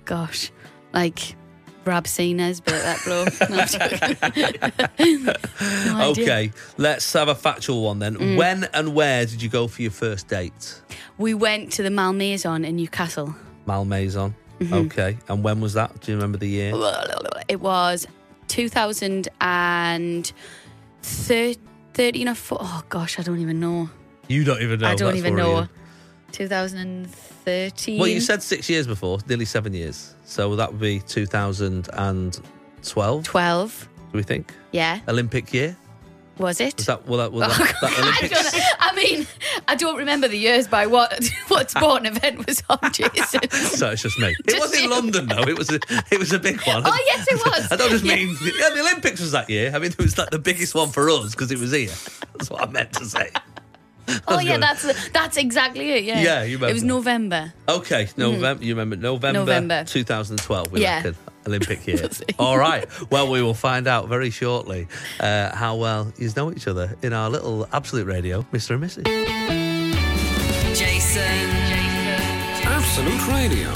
Speaker 5: Gosh, like Rab Sines, but that bloke. No, I'm joking. No idea.
Speaker 3: Okay, let's have a factual one then.
Speaker 5: Mm.
Speaker 3: When and where did you go for your first date?
Speaker 5: We went to the Malmaison in Newcastle.
Speaker 3: Malmaison.
Speaker 5: Mm-hmm.
Speaker 3: Okay. And when was that? Do you remember the year?
Speaker 5: It was 2013 or four. Oh gosh, I don't even know.
Speaker 3: You don't even know.
Speaker 5: I don't
Speaker 3: that's
Speaker 5: even know.
Speaker 3: worrying.
Speaker 5: 2013.
Speaker 3: Well, you said six years before, nearly seven years. So that would be 2012,
Speaker 5: 12.
Speaker 3: do we think?
Speaker 5: Yeah,
Speaker 3: Olympic year?
Speaker 5: was it? Oh,
Speaker 3: Was that, well, that, was that, that
Speaker 5: I don't know.
Speaker 3: Olympics?
Speaker 5: I'm mean, I don't remember the years by what what sport and event was on, Jason.
Speaker 3: So it's just me. It was in
Speaker 5: you?
Speaker 3: London though. It was a, it was a big one.
Speaker 5: Oh, yes, it was.
Speaker 3: I don't just mean yeah, the Olympics was that year. I mean it was like the biggest one for us because it was here. That's what I meant to say.
Speaker 5: oh yeah,
Speaker 3: good.
Speaker 5: that's that's exactly it. Yeah,
Speaker 3: Yeah, you remember
Speaker 5: It was
Speaker 3: that.
Speaker 5: November.
Speaker 3: Okay, November. You remember November,
Speaker 5: Mm-hmm. November.
Speaker 3: 2012. We
Speaker 5: Yeah.
Speaker 3: reckon Olympic year.
Speaker 5: That's it.
Speaker 3: All right. Well, we will find out very shortly uh, how well you know each other in our little Absolute Radio, Mr. and Mrs.
Speaker 2: Jason.
Speaker 1: Absolute Radio,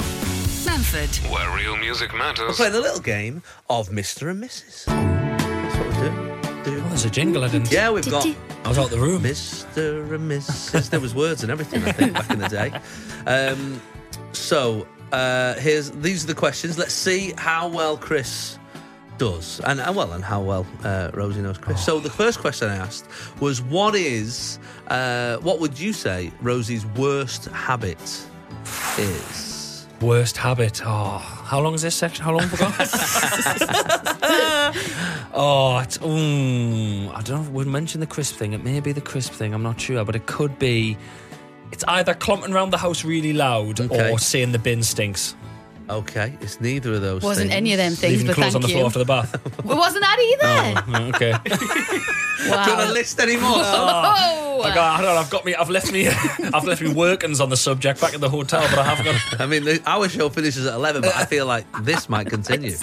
Speaker 2: Manford.
Speaker 1: where real music
Speaker 3: We're
Speaker 1: matters.
Speaker 3: playing a little game of Mr. and Mrs. That's what we're doing.
Speaker 4: Oh, there's a jingle I didn't.
Speaker 3: Yeah, we've got
Speaker 4: I was out the room.
Speaker 3: Mr. and Mrs. there was words and everything, I think, back in the day. Um, so uh, here's these are the questions. Let's see how well Chris does, and uh, well, and how well uh, Rosie knows Chris. So the first question I asked was, "What is, uh, what would you say Rosie's worst habit is?"
Speaker 4: Worst habit. Oh, how long is this section? How long have we got? oh, it's, mm, I don't know. We mentioned the crisp thing. It may be the crisp thing. I'm not sure, but it could be. It's either clomping around the house really loud
Speaker 3: Okay.
Speaker 4: or saying the bin stinks.
Speaker 3: Okay, it's neither of those.
Speaker 5: Wasn't
Speaker 3: things.
Speaker 5: any of them things,
Speaker 4: Leaving
Speaker 5: but
Speaker 4: clothes
Speaker 5: thank
Speaker 4: on the
Speaker 5: you.
Speaker 4: floor after the bath.
Speaker 5: It wasn't that either.
Speaker 4: Mm, okay.
Speaker 3: Do you want to
Speaker 5: Wow.
Speaker 3: list any more?
Speaker 5: Oh,
Speaker 4: I, got, I don't know. I've got me. I've left me. I've left me workings on the subject back at the hotel, but I haven't got.
Speaker 3: I mean, the, our show finishes at eleven, but I feel like this might continue.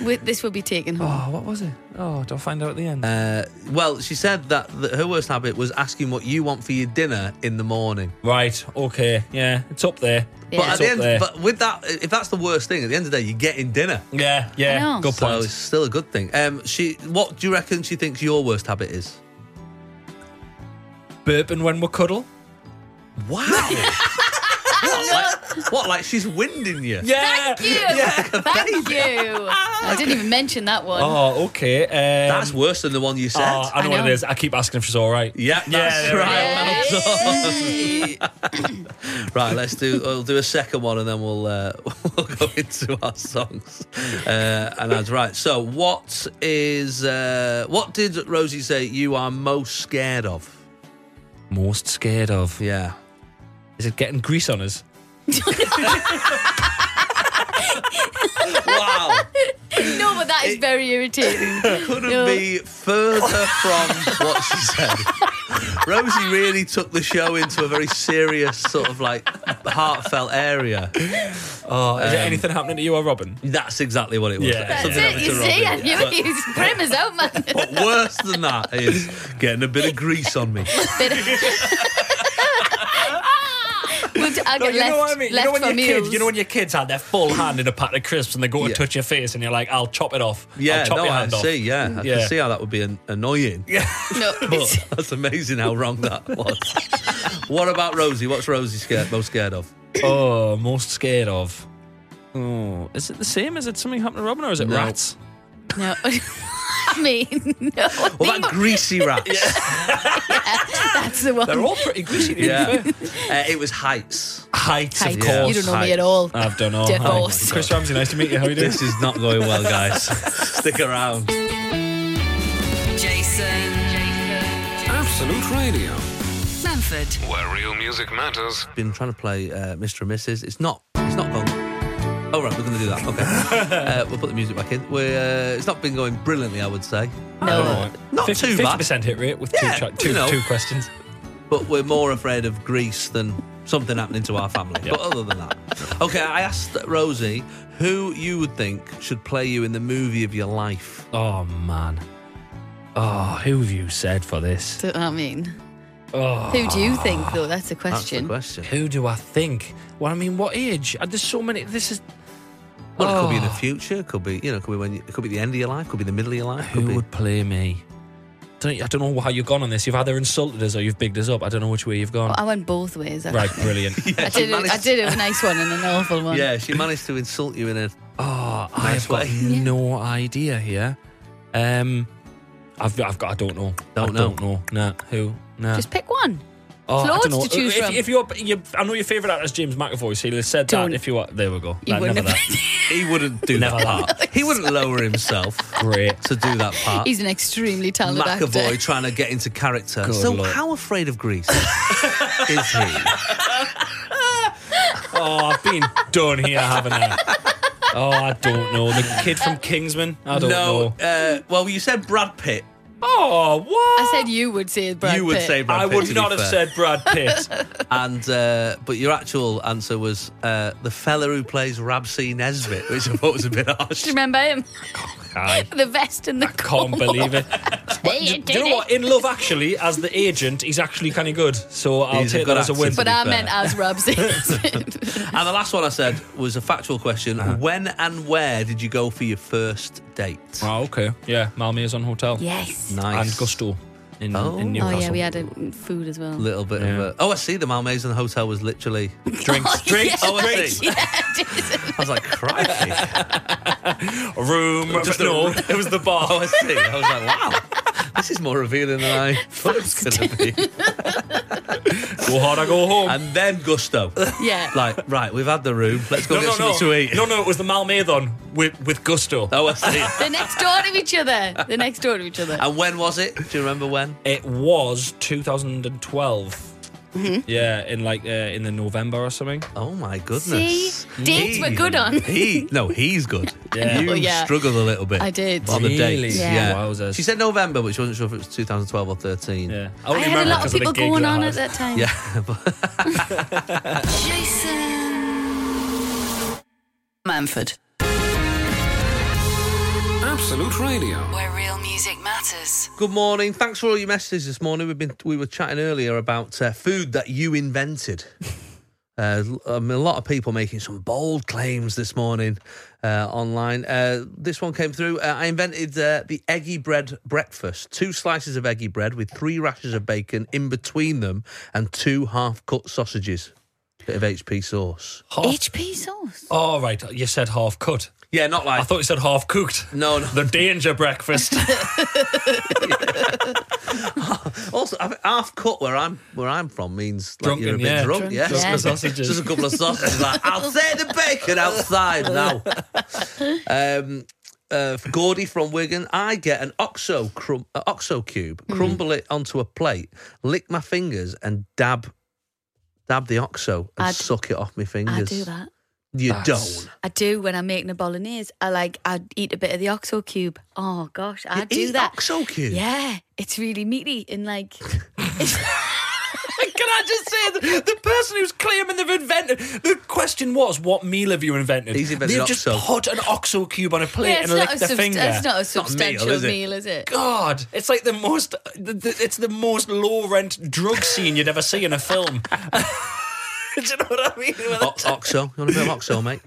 Speaker 5: Wi- this will be taken home.
Speaker 4: Oh, what was it? Oh, don't find out at the end.
Speaker 3: Uh, well, she said that, that her worst habit was asking what you want for your dinner in the morning.
Speaker 4: right. Okay. Yeah. It's up there.
Speaker 5: Yeah.
Speaker 3: But at
Speaker 4: It's
Speaker 3: the
Speaker 4: up
Speaker 3: end,
Speaker 4: there.
Speaker 3: but with that, if that's the worst thing, at the end of the day, you're getting dinner.
Speaker 4: Yeah.
Speaker 5: I
Speaker 4: Yeah.
Speaker 5: know.
Speaker 4: Good
Speaker 3: So
Speaker 4: point.
Speaker 3: it's still a good thing. Um, she, what do you reckon she thinks your worst habit is?
Speaker 4: burping when we cuddle.
Speaker 3: Wow. what, like, what, like she's winding you?
Speaker 4: Yeah.
Speaker 5: Thank you. Thank you. I didn't even mention that one.
Speaker 4: Oh, okay. Um,
Speaker 3: That's worse than the one you said.
Speaker 4: Oh, I know,
Speaker 5: I
Speaker 4: what
Speaker 5: know.
Speaker 4: it is. I keep asking if she's all right.
Speaker 3: yeah, that's
Speaker 4: there we
Speaker 3: right. well
Speaker 5: go.
Speaker 3: done. right, let's do. We'll do a second one, and then we'll uh, we'll go into our songs. Uh, and that's right. So, what is uh, what did Rosie say you are most scared of?
Speaker 4: Most scared of
Speaker 3: Yeah.
Speaker 4: is it getting grease on us?
Speaker 3: Wow.
Speaker 5: No, but that is very irritating.
Speaker 3: couldn't
Speaker 5: No.
Speaker 3: be further from what she said. Rosie really took the show into a very serious, sort of like heartfelt area.
Speaker 4: Oh, is there anything happening to you or Robin?
Speaker 3: That's exactly what it was.
Speaker 4: Yeah.
Speaker 5: That's
Speaker 3: Something
Speaker 5: it.
Speaker 3: happened
Speaker 5: You
Speaker 3: to
Speaker 5: see, I
Speaker 3: Robin.
Speaker 5: knew it. You was prim as out, man.
Speaker 3: But worse than that is getting a bit of grease on me.
Speaker 5: Bit of- We'll t- I'll get
Speaker 4: Oh. you
Speaker 5: left,
Speaker 4: know what I mean.
Speaker 5: left
Speaker 4: you know when
Speaker 5: for
Speaker 4: your
Speaker 5: meals.
Speaker 4: kids, you know when your kids had their full hand in a packet of crisps and they go to
Speaker 3: Yeah.
Speaker 4: touch your face and you're like, "I'll chop it off."
Speaker 3: Yeah,
Speaker 4: I'll chop
Speaker 3: no,
Speaker 4: your
Speaker 3: I
Speaker 4: hand off.
Speaker 3: see. Yeah, I
Speaker 4: Yeah.
Speaker 3: can see how that would be an- annoying.
Speaker 5: no, it's-
Speaker 3: But that's amazing how wrong that was. what about Rosie? What's Rosie scared most scared of?
Speaker 4: Oh, most scared of. Oh, is it the same? Is it something happened to Robin or is it
Speaker 3: No.
Speaker 4: rats?
Speaker 5: no. I mean, no. I
Speaker 3: Well,
Speaker 5: think
Speaker 3: that greasy rat.
Speaker 5: that's the one.
Speaker 4: They're all pretty greasy. to be
Speaker 3: Yeah, uh,
Speaker 4: fair.
Speaker 3: it was heights.
Speaker 4: Heights,
Speaker 5: Heights.
Speaker 4: of course.
Speaker 5: You don't know me
Speaker 3: heights. Oh
Speaker 5: at all.
Speaker 4: I've done all.
Speaker 5: Divorce.
Speaker 4: Chris Ramsey, nice to meet you. How are you doing?
Speaker 3: This is not going well, guys. Stick around.
Speaker 2: Jason.
Speaker 1: Absolute Radio,
Speaker 2: Manford.
Speaker 1: where real music matters.
Speaker 3: Been trying to play uh, Mr. and Mrs. It's not. It's not gone. Oh right, we're going to do that. Okay, uh, we'll put the music back in. We're, uh, it's not been going brilliantly, I would say,
Speaker 5: no.
Speaker 3: Not too bad.
Speaker 4: percent hit rate with
Speaker 3: Yeah,
Speaker 4: two, tra-
Speaker 3: you
Speaker 4: two,
Speaker 3: know.
Speaker 4: two questions.
Speaker 3: but we're more afraid of grease than something happening to our family. But other than that, okay. I asked Rosie who you would think should play you in the movie of your life.
Speaker 4: Oh man. Oh, who have you said for this?
Speaker 5: So, I mean,
Speaker 4: Oh,
Speaker 5: who do you think though? That's a
Speaker 3: That's the
Speaker 5: question.
Speaker 3: question.
Speaker 4: who do I think? Well, I mean, what age? Uh, There's so many. This is
Speaker 3: Well, it could be in the
Speaker 4: Oh.
Speaker 3: future. Could be you know. Could be when. You, it could be the end of your life. Could be the middle of your life. Could
Speaker 4: who
Speaker 3: be.
Speaker 4: would play me. Don't, I don't know how you've gone on this. You've either insulted us or you've bigged us up. I don't know which way you've gone.
Speaker 5: I went both ways. I,
Speaker 4: right, brilliant.
Speaker 5: I did. A, I did a nice one and an awful one.
Speaker 3: Yeah, she managed to insult you in a.
Speaker 4: Oh,
Speaker 3: Nice
Speaker 4: I've got
Speaker 3: way.
Speaker 4: no idea here. Um, I've, I've got. I don't know.
Speaker 3: Don't
Speaker 4: I don't know. Nah. Who? Nah.
Speaker 5: Just pick one.
Speaker 4: Oh, I
Speaker 5: Loads
Speaker 4: don't know.
Speaker 5: to choose
Speaker 4: if,
Speaker 5: from.
Speaker 4: If you're, you, I know your favorite actor is James McAvoy. So you said
Speaker 5: Don't.
Speaker 4: that. If you were, there we go.
Speaker 5: You
Speaker 4: That-
Speaker 5: wouldn't
Speaker 4: never
Speaker 5: have-
Speaker 4: that.
Speaker 3: He wouldn't do
Speaker 4: Never
Speaker 3: that part. He wouldn't lower himself
Speaker 4: Great.
Speaker 3: to do that
Speaker 4: Uh,
Speaker 3: part.
Speaker 5: He's an extremely talented
Speaker 3: McAvoy
Speaker 5: actor.
Speaker 3: trying to get into character. so
Speaker 4: Lord.
Speaker 3: how afraid of Greece is he?
Speaker 4: Oh, I've been done here, haven't I? Oh, I don't know. The kid from Kingsman. I don't
Speaker 3: no,
Speaker 4: know.
Speaker 3: Uh, well, you said Brad Pitt.
Speaker 4: Oh, what?
Speaker 5: I said you would say Brad
Speaker 3: you would
Speaker 5: Pitt.
Speaker 3: say Brad
Speaker 4: I
Speaker 3: Pitt. to
Speaker 4: would
Speaker 3: be
Speaker 4: not have
Speaker 3: fair.
Speaker 4: said Brad Pitt.
Speaker 3: And uh, but your actual answer was uh, the fella who plays Rabsy Nesbitt, which I thought was a bit
Speaker 5: Do
Speaker 3: harsh.
Speaker 5: you remember him?
Speaker 4: I
Speaker 5: the vest and the
Speaker 4: can't believe it.
Speaker 5: But, you
Speaker 4: Do you know what? In Love Actually, as the agent, he's actually kind of good. So I'll
Speaker 3: He's a
Speaker 4: take
Speaker 3: good
Speaker 4: that as a
Speaker 3: actor.
Speaker 4: win.
Speaker 5: But
Speaker 3: To be
Speaker 5: I
Speaker 3: fair.
Speaker 5: meant as Rabsy.
Speaker 3: And the last one I said was a factual question:
Speaker 4: Uh-huh.
Speaker 3: When and where did you go for your first date?
Speaker 4: Oh, okay. Yeah, Malme's on hotel.
Speaker 5: yes.
Speaker 3: Nice.
Speaker 4: And Gusto in,
Speaker 3: Oh.
Speaker 4: in
Speaker 5: Oh
Speaker 4: Newcastle.
Speaker 5: yeah, we had a, food as well.
Speaker 3: Little bit of
Speaker 4: Yeah.
Speaker 3: a. Oh, I see. The Malmaison Hotel was literally.
Speaker 4: drinks. drinks.
Speaker 3: Oh, I
Speaker 4: drinks.
Speaker 3: see. I was like, crikey.
Speaker 4: Room.
Speaker 3: Just a
Speaker 4: no,
Speaker 3: room.
Speaker 4: it was the bar.
Speaker 3: Oh, I see. I was like, wow, this is more revealing than I thought it was going to be.
Speaker 4: go hard, I go home.
Speaker 3: And then gusto.
Speaker 5: Yeah.
Speaker 3: Like, right, we've had the room. Let's go
Speaker 4: no,
Speaker 3: get
Speaker 4: no, no.
Speaker 3: something to eat.
Speaker 4: No, no, it was the Malmathon with, with Gusto.
Speaker 3: Oh, I see.
Speaker 5: They're next door to each other. They're next door to each other.
Speaker 3: And when was it? Do you remember when?
Speaker 4: It was 2012. Yeah, in like uh, in the November or something.
Speaker 3: Oh my
Speaker 5: See?
Speaker 3: goodness.
Speaker 5: Dates were good on.
Speaker 3: He no, he's good.
Speaker 4: Yeah.
Speaker 3: You
Speaker 5: Well, yeah.
Speaker 3: struggled a little bit.
Speaker 5: I did.
Speaker 3: on the
Speaker 4: Really?
Speaker 3: dates.
Speaker 5: Yeah.
Speaker 3: Yeah.
Speaker 4: Wowzers.
Speaker 3: She said November, but she wasn't sure if it was 2012 or 13.
Speaker 4: Yeah,
Speaker 5: I
Speaker 4: only
Speaker 5: had a
Speaker 4: remember
Speaker 5: lot of
Speaker 4: because the
Speaker 5: people
Speaker 4: gigs
Speaker 5: going
Speaker 4: I
Speaker 5: on
Speaker 4: had.
Speaker 5: at that time.
Speaker 3: Yeah, but
Speaker 2: Jason Manford,
Speaker 1: Absolute Radio.
Speaker 2: where real music matters.
Speaker 3: good morning. Thanks for all your messages this morning. We've been we were chatting earlier about uh, food that you invented. Uh, I mean, a lot of people making some bold claims this morning uh, online. Uh, this one came through. Uh, I invented uh, the eggy bread breakfast: two slices of eggy bread with three rashers of bacon in between them, and two half-cut sausages. Bit of HP sauce.
Speaker 5: HP sauce.
Speaker 4: Oh right, you said half cut.
Speaker 3: Yeah, not like
Speaker 4: I thought you said half cooked.
Speaker 3: no, no.
Speaker 4: The danger breakfast.
Speaker 3: Also, I think half cut where I'm where I'm from means like
Speaker 4: Drunken,
Speaker 3: you're a bit
Speaker 4: yeah.
Speaker 3: drunk.
Speaker 4: Drunk,
Speaker 3: yeah,
Speaker 4: drunk
Speaker 5: Yeah.
Speaker 3: Just-
Speaker 4: sausages.
Speaker 3: Just a couple of sausages. like, I'll say the bacon outside now. Um, uh, Gordy from Wigan, I get an oxo crum- uh, oxo cube,
Speaker 5: Hmm.
Speaker 3: crumble it onto a plate, lick my fingers, and dab dab the oxo and
Speaker 5: I'd-
Speaker 3: suck it off my fingers.
Speaker 5: I do that.
Speaker 3: You
Speaker 4: That's-
Speaker 3: don't.
Speaker 5: I do when I'm making a bolognese. I like I eat a bit of the oxo cube. Oh gosh, I
Speaker 3: You
Speaker 5: do
Speaker 3: eat
Speaker 5: that.
Speaker 3: Oxo cube.
Speaker 5: Yeah, it's really meaty and like
Speaker 4: Can I just say that the person who's claiming they've invented the question was what meal have you invented?
Speaker 3: He's invented
Speaker 4: they've just
Speaker 3: oxo.
Speaker 4: put an oxo cube on a plate
Speaker 5: yeah,
Speaker 4: and
Speaker 5: it's,
Speaker 4: licked
Speaker 5: not a
Speaker 4: their
Speaker 5: subst-
Speaker 4: finger.
Speaker 5: it's not a
Speaker 3: not a meal,
Speaker 5: substantial
Speaker 3: is it?
Speaker 5: meal, is it?
Speaker 4: God, it's like the most. The, the, it's the most low rent drug scene you'd ever see in a film. Do you know what I mean?
Speaker 3: O-
Speaker 4: oh,
Speaker 3: Oxo. You want a bit of Oxo, mate?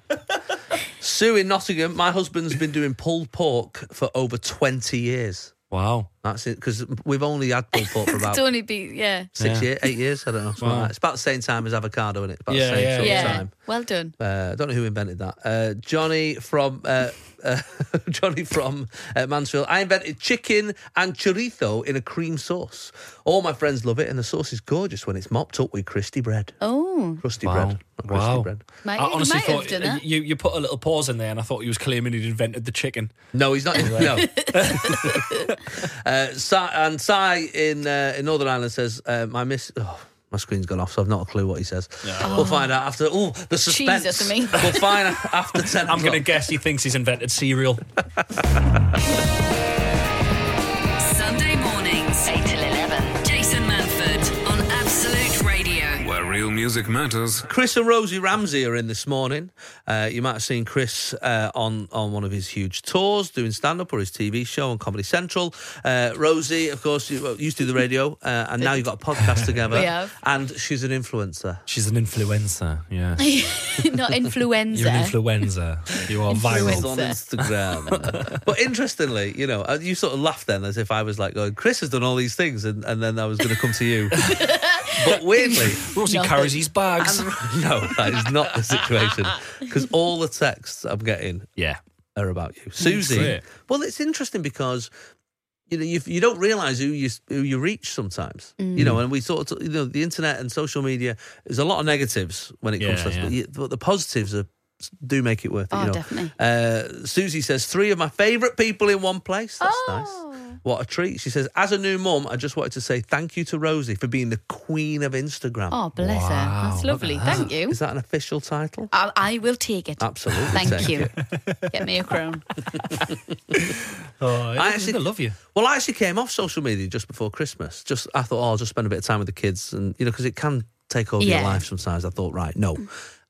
Speaker 3: Sue in Nottingham. My husband's been doing pulled pork for over 20 years.
Speaker 4: Wow.
Speaker 3: That's it, because we've only had pulled pork for about
Speaker 5: It's only be yeah.
Speaker 3: six
Speaker 4: Yeah.
Speaker 3: years, eight years. I don't know. something like
Speaker 4: Wow.
Speaker 3: that. It's about the same time as avocado, isn't it? About
Speaker 4: Yeah,
Speaker 3: the same
Speaker 4: yeah,
Speaker 3: sort
Speaker 4: yeah.
Speaker 3: of
Speaker 5: Yeah.
Speaker 3: time.
Speaker 5: Well done.
Speaker 3: Uh, I don't know who invented that. Uh, Johnny from uh, uh, Johnny from uh, Mansfield. I invented chicken and chorizo in a cream sauce. All my friends love it, and the sauce is gorgeous when it's mopped up with crusty bread.
Speaker 5: Oh.
Speaker 3: Crusty
Speaker 4: Wow.
Speaker 3: bread, not crusty
Speaker 4: Wow.
Speaker 3: bread.
Speaker 5: Might,
Speaker 4: I
Speaker 5: you
Speaker 4: honestly
Speaker 5: might
Speaker 4: thought uh,
Speaker 5: have done that.
Speaker 4: you, you put a little pause in there, and I thought he was claiming he'd invented the chicken.
Speaker 3: No, he's not. No. uh, Sai, and Sai in uh, in Northern Ireland says, uh, "My miss." Oh, my screen's gone off, so I've not a clue what he says. We'll find out after. Oh, the suspense.
Speaker 5: Jesus, I mean.
Speaker 3: We'll find out after ten.
Speaker 4: I'm going to
Speaker 3: o'clock.
Speaker 4: guess he thinks he's invented cereal.
Speaker 2: Sunday mornings, 8 till 11. Jason Manford on Absolute Radio.
Speaker 1: Where real music matters.
Speaker 3: Chris and Rosie Ramsey are in this morning. Uh, you might have seen Chris uh, on on one of his huge tours, doing stand up or his TV show on Comedy Central. Uh, Rosie, of course, you- well, used to do the radio, uh, and now you've got a podcast together.
Speaker 5: We have.
Speaker 3: and she's an influencer.
Speaker 4: She's an influencer. Yeah,
Speaker 5: Not influenza.
Speaker 4: you're an influencer. You are
Speaker 3: It's
Speaker 4: viral.
Speaker 5: Influencer.
Speaker 3: on Instagram. but interestingly, you know, uh, you sort of laughed then as if I was like going, Chris has done all these things, and, and then I was going to come to you. but weirdly,
Speaker 4: Rosie
Speaker 5: Nothing.
Speaker 4: carries these bags.
Speaker 3: no, that is not the situation. Because all the texts I'm getting
Speaker 4: yeah.
Speaker 3: are about you. Susie.
Speaker 4: Great.
Speaker 3: Well, it's interesting because you know, you, you don't realize who you who you reach sometimes.
Speaker 5: Mm.
Speaker 3: You know, and we sort of you know the internet and social media. There's a lot of negatives when it comes
Speaker 4: Yeah,
Speaker 3: to us,
Speaker 4: yeah.
Speaker 3: but, you, but the positives are do make it worth it.
Speaker 5: Oh,
Speaker 3: you know.
Speaker 5: definitely.
Speaker 3: Uh, Susie says three of my favourite people in one place. That's
Speaker 5: Oh.
Speaker 3: nice. What a treat. She says, as a new mum, I just wanted to say thank you to Rosie for being the queen of Instagram.
Speaker 5: Oh, bless her. That's lovely. Thank you.
Speaker 3: Is that an official title?
Speaker 5: I, I will take it.
Speaker 3: Absolutely.
Speaker 5: Thank
Speaker 3: take
Speaker 5: you.
Speaker 3: it.
Speaker 5: Get me a crown.
Speaker 4: Oh, I
Speaker 3: actually-
Speaker 4: actually love you.
Speaker 3: Well, I actually came off social media just before Christmas. Just I thought, oh, I'll just spend a bit of time with the kids, and you know, because it can take over your
Speaker 5: Yeah.
Speaker 3: life sometimes. I thought, right, no,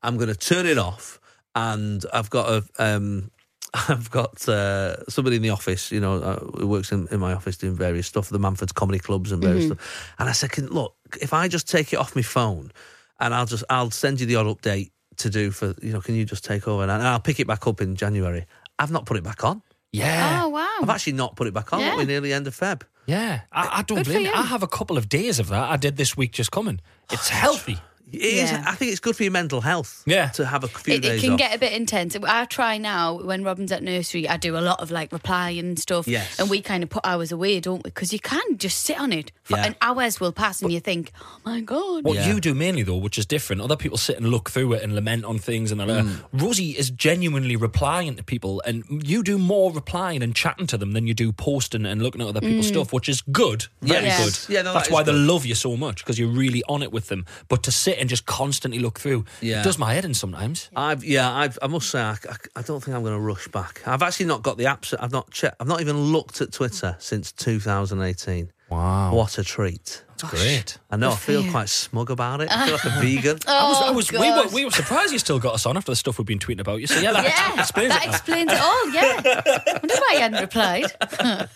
Speaker 3: I'm going to turn it off, and I've got a. Um, I've got uh, somebody in the office, you know, uh, who works in, in my office doing various stuff, the Manford's comedy clubs and
Speaker 5: Mm-hmm.
Speaker 3: various stuff. And I said, "Can- look, if I just take it off my phone and I'll just, I'll send you the odd update to do for, you know, can you just take over? And I'll pick it back up in January. I've not put it back on.
Speaker 4: Yeah,
Speaker 5: Oh, wow.
Speaker 3: I've actually not put it back on.
Speaker 5: Yeah.
Speaker 3: We're nearly end of Feb.
Speaker 4: yeah. I, I don't
Speaker 5: Good for
Speaker 4: blame you.
Speaker 5: you.
Speaker 4: I have a couple of days of that. I did this week just coming. It's healthy.
Speaker 3: It is-
Speaker 5: Yeah.
Speaker 3: I think it's good for your mental health.
Speaker 4: Yeah.
Speaker 3: To have a few
Speaker 5: It, it
Speaker 3: days
Speaker 5: can
Speaker 3: off.
Speaker 5: get a bit intense. I try now when Robin's at nursery, I do a lot of like reply and stuff.
Speaker 3: Yes.
Speaker 5: And we kind of put hours away, don't we? Because you can just sit on it for
Speaker 3: Yeah.
Speaker 5: and hours will pass and you think, oh my God.
Speaker 4: What
Speaker 3: Yeah.
Speaker 4: you do mainly, though, which is different, other people sit and look through it and lament on things. And they're like, Rosie is genuinely replying to people, and you do more replying and chatting to them than you do posting and looking at other people's stuff, which is good. Very
Speaker 3: Mm. Yes.
Speaker 4: good.
Speaker 3: Yeah, no,
Speaker 4: That's
Speaker 3: that
Speaker 4: why
Speaker 3: is
Speaker 4: they
Speaker 3: good.
Speaker 4: love you so much because you're really on it with them. But to sit and just constantly look through,
Speaker 3: Yeah.
Speaker 4: it does my head in sometimes.
Speaker 3: I've yeah, I've, I must say, I, I- I don't think I'm going to rush back. I've actually not got the apps. I've not checked. I've not even looked at Twitter since 2018. Wow, what a treat!
Speaker 4: It's great.
Speaker 3: I know. I feel quite smug about it. I feel like a vegan.
Speaker 4: I was, I
Speaker 5: Oh,
Speaker 4: was, we,
Speaker 5: God.
Speaker 4: were, we were surprised you still got us on after the stuff we've been tweeting about you. So, yeah, that
Speaker 5: Yeah,
Speaker 4: explains
Speaker 5: that
Speaker 4: it. now.
Speaker 5: explains it all. Yeah, I wonder why I hadn't replied.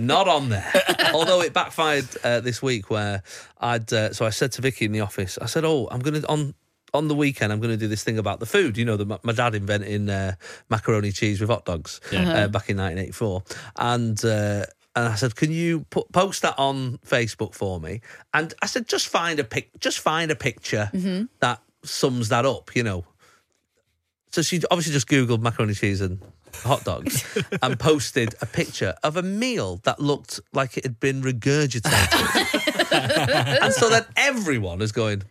Speaker 3: not on there. Although it backfired uh, this week, where I'd uh, so I said to Vicky in the office, I said, "Oh, I'm gonna on." On the weekend, I'm going to do this thing about the food. You know, that my my dad inventing uh, macaroni cheese with hot dogs uh, back in 1984, and uh, and I said, "Can you put, post that on Facebook for me?" And I said, "Just find a pic, just find a picture that sums that up." You know, so she obviously just Googled macaroni cheese and hot dogs and posted a picture of a meal that looked like it had been regurgitated. and so then everyone is going,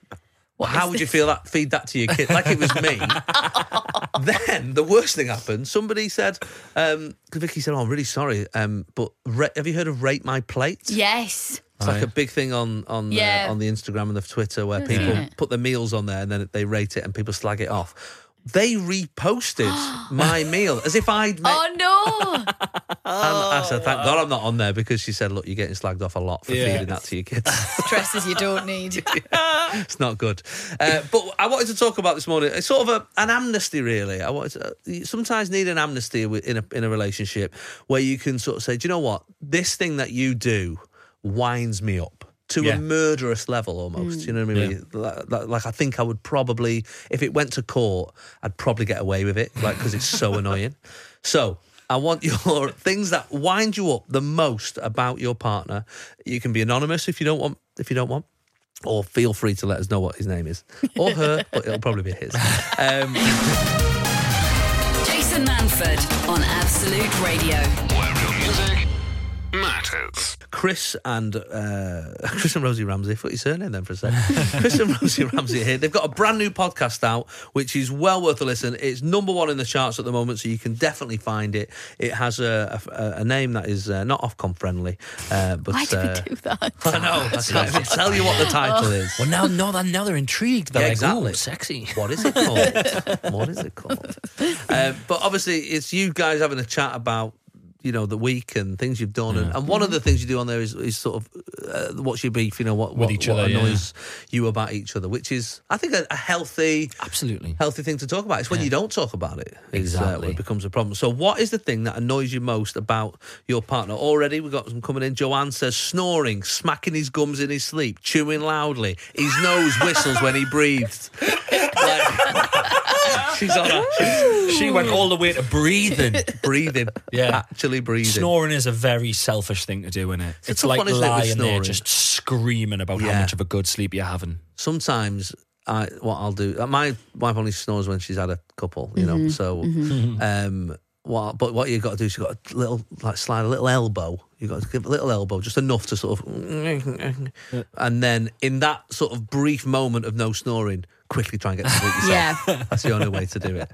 Speaker 3: How would you feel that? Feed that to your kid. Like it was me. then the worst thing happened. Somebody said, um, 'cause Vicky said, Oh, I'm really sorry, um, but ra- have you heard of Rate My Plate?
Speaker 5: Yes,
Speaker 3: It's like a big thing on on
Speaker 5: Yeah.
Speaker 3: the, on the Instagram and the Twitter where
Speaker 5: I've
Speaker 3: people
Speaker 5: seen it.
Speaker 3: put their meals on there and then they rate it and people slag it off. They reposted my meal as if I'd made.
Speaker 5: Oh no! Oh,
Speaker 3: I said, "Thank God I'm not on there," because she said, "Look, you're getting slagged off a lot for
Speaker 4: Yeah.
Speaker 3: feeding that to your kids.
Speaker 5: Dresses you don't need.
Speaker 3: it's not good." Uh, but I wanted to talk about this morning. It's sort of a, an amnesty, really. I wanted to, uh, you sometimes need an amnesty wi- in a in a relationship where you can sort of say, "Do you know what? This thing that you do winds me up." To
Speaker 4: Yeah.
Speaker 3: a murderous level, almost. You know what I mean? Like, like- like I think I would probably, if it went to court, I'd probably get away with it, like because it's so annoying. So I want your things that wind you up the most about your partner. You can be anonymous if you don't want. If you don't want. Or feel free to let us know what his name is, or her, but it'll probably be his. Um,
Speaker 2: Jason Manford on Absolute Radio.
Speaker 1: Where real music matters.
Speaker 3: Chris and uh, Chris and Rosie Ramsey. Put your surname then for a second. Chris and Rosie Ramsey are here. They've got a brand new podcast out, which is well worth a listen. It's number one in the charts at the moment, so you can definitely find it. It has a, a, a name that is uh, not Ofcom friendly, uh, but
Speaker 5: Why did
Speaker 3: uh,
Speaker 5: we do that? Oh.
Speaker 3: I know. that's right. I'll tell you what the title is.
Speaker 4: Well, now, now, they're, now they're intrigued. They're
Speaker 3: Yeah, exactly.
Speaker 4: like, "Ooh, sexy.
Speaker 3: What is it called? what is it called? Uh, but obviously, it's you guys having a chat about you know the week and things you've done, and, and one
Speaker 4: Mm-hmm.
Speaker 3: of the things you do on there is, is sort of uh, what's your beef, you know, what what,
Speaker 4: each
Speaker 3: what
Speaker 4: other, yeah.
Speaker 3: annoys you about each other, which is I think a, a healthy.
Speaker 4: Absolutely.
Speaker 3: Healthy thing to talk about. It's when you don't talk about it. It's, uh,
Speaker 4: Exactly.
Speaker 3: what becomes a problem. So, what is the thing that annoys you most about your partner? Already, we've got some coming in. Joanne says snoring, smacking his gums in his sleep, chewing loudly, his nose whistles when he breathes. Like, she's on a, she's
Speaker 4: She went all the way to breathing.
Speaker 3: breathing.
Speaker 4: Yeah.
Speaker 3: Actually breathing.
Speaker 4: Snoring is a very selfish thing to do, innit? It's,
Speaker 3: a
Speaker 4: it's
Speaker 3: tough
Speaker 4: like
Speaker 3: one, isn't it, with
Speaker 4: lying there
Speaker 3: snoring?
Speaker 4: just screaming about
Speaker 3: Yeah.
Speaker 4: how much of a good sleep you're having.
Speaker 3: sometimes I uh, what I'll do. My wife only snores when she's had a couple, you know. So um, What, but what you got to do is you got to little like slide a little elbow. You got to give a little elbow, just enough to sort of, and then in that sort of brief moment of no snoring, quickly try and get to sleep yourself.
Speaker 5: Yeah.
Speaker 3: That's the only way to do it.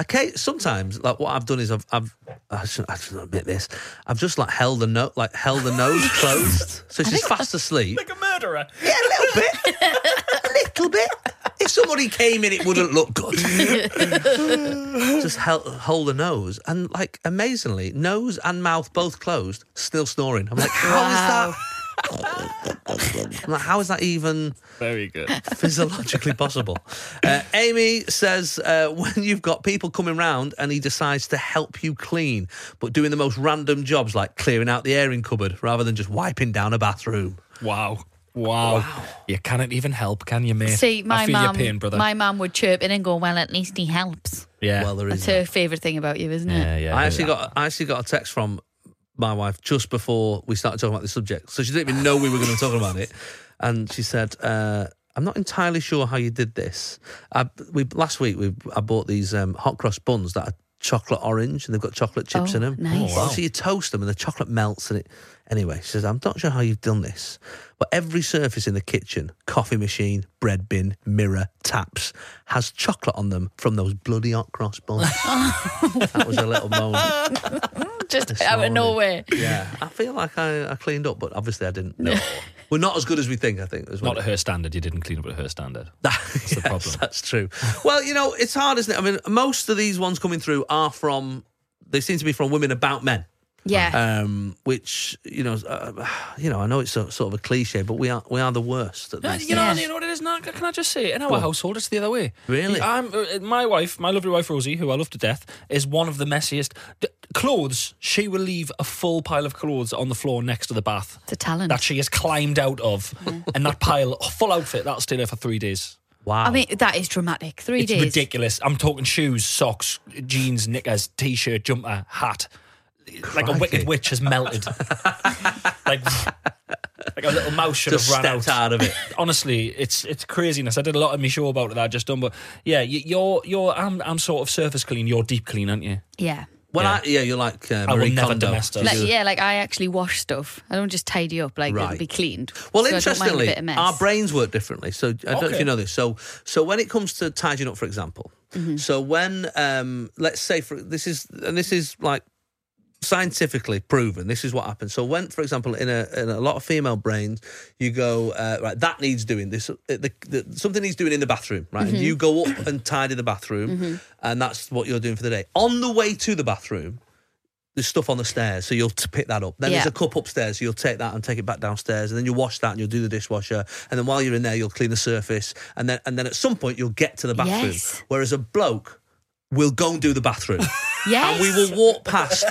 Speaker 3: Okay, sometimes like what I've done is I've I've I should, I should admit this. I've just like held the no like held the nose closed, so she's fast asleep.
Speaker 4: Like a murderer.
Speaker 3: Yeah, a little bit, a little bit. If somebody came in, it wouldn't look good. just held, hold the nose, and like amazingly, nose and mouth both closed, still snoring. I'm like, how is that? I'm like, how is that even?
Speaker 4: Very good.
Speaker 3: physiologically possible. Uh, Amy says uh, when you've got people coming round and he decides to help you clean, but doing the most random jobs like clearing out the airing cupboard rather than just wiping down a bathroom.
Speaker 4: Wow. Wow. You cannot even help, can you, mate?
Speaker 5: See, my
Speaker 4: I feel
Speaker 5: mum,
Speaker 4: your pain, brother.
Speaker 5: my mum would chirp in and go, "Well, at least he helps."
Speaker 4: yeah.
Speaker 3: Well, there is.
Speaker 5: That's
Speaker 3: that.
Speaker 5: her favourite thing about you, isn't it?
Speaker 4: yeah, yeah.
Speaker 3: I actually got I actually got a text from my wife just before we started talking about the subject, so she didn't even know we were going to be talking about it, and she said. Uh, I'm not entirely sure how you did this. I, we last week we I bought these um, hot cross buns that are chocolate orange and they've got chocolate chips
Speaker 5: Oh,
Speaker 3: in them.
Speaker 5: nice. Oh, wow.
Speaker 3: So you toast them and the chocolate melts and it. Anyway, she says I'm not sure how you've done this, but every surface in the kitchen, coffee machine, bread bin, mirror, taps has chocolate on them from those bloody hot cross buns. that was a little moment.
Speaker 5: Just
Speaker 3: This
Speaker 5: out of
Speaker 3: morning.
Speaker 5: nowhere.
Speaker 3: Yeah, I feel like I, I cleaned up, but obviously I didn't. No, we're not as good as we think. I think as well.
Speaker 4: Not at her standard. You didn't clean up at her standard.
Speaker 3: that's
Speaker 4: the problem.
Speaker 3: That's true. Well, you know, it's hard, isn't it? I mean, most of these ones coming through are from. They seem to be from women about men.
Speaker 5: Yeah.
Speaker 3: Um, which you know, uh, you know, I know it's a, sort of a cliche, but we are we are the worst at
Speaker 4: No,
Speaker 3: this.
Speaker 4: you know,
Speaker 5: Yeah.
Speaker 4: you know what it is. Now, can I just say, in our household, it's the other way.
Speaker 3: Really?
Speaker 4: I'm, uh, my wife, my lovely wife Rosie, who I love to death, is one of the messiest. D- clothes. She will leave a full pile of clothes on the floor next to the bath
Speaker 5: It's a talent.
Speaker 4: that she has climbed out of, and that pile, a full outfit, that'll stay there for three days.
Speaker 3: Wow.
Speaker 5: I mean, that is dramatic. Three
Speaker 4: It's
Speaker 5: days.
Speaker 4: ridiculous. I'm talking shoes, socks, jeans, knickers, t-shirt, jumper, hat. Like a
Speaker 3: Crikey.
Speaker 4: wicked witch has melted. like, like a little mouse should
Speaker 3: just
Speaker 4: have
Speaker 3: stepped
Speaker 4: ran
Speaker 3: out.
Speaker 4: out.
Speaker 3: of it.
Speaker 4: Honestly, it's it's craziness. I did a lot of my show about it that I just done, but yeah, you, you're you're I'm I'm sort of surface clean. You're deep clean, aren't you?
Speaker 5: Yeah.
Speaker 3: Well,
Speaker 4: Yeah.
Speaker 3: I, yeah, you're like uh,
Speaker 4: will
Speaker 3: Marie
Speaker 4: never
Speaker 3: Kondo.
Speaker 4: domestic.
Speaker 5: Like,
Speaker 3: She's a-
Speaker 5: yeah, like I actually wash stuff. I don't just tidy up. Like
Speaker 3: Right.
Speaker 5: it'll be cleaned.
Speaker 3: Well,
Speaker 5: So I don't mind a
Speaker 3: interestingly,
Speaker 5: bit of mess.
Speaker 3: our brains work differently. So I don't know if
Speaker 4: Okay.
Speaker 3: you know this. So, so when it comes to tidying up, for example,
Speaker 5: Mm-hmm.
Speaker 3: so when um, let's say for this is and this is like scientifically proven. This is what happens. So when, for example, in a in a lot of female brains, you go uh, right that needs doing this. uh, The, the, something needs doing in the bathroom, right?
Speaker 5: Mm-hmm.
Speaker 3: And you go up and tidy the bathroom, and that's what you're doing for the day. On the way to the bathroom. There's stuff on the stairs, so you'll t- pick that up. Then there's
Speaker 5: Yeah.
Speaker 3: a cup upstairs, so you'll take that and take it back downstairs, and then you wash that and you'll do the dishwasher, and then while you're in there, you'll clean the surface, and then and then at some point you'll get to the bathroom.
Speaker 5: Yes.
Speaker 3: Whereas a bloke will go and do the bathroom.
Speaker 5: yes.
Speaker 3: and we will walk past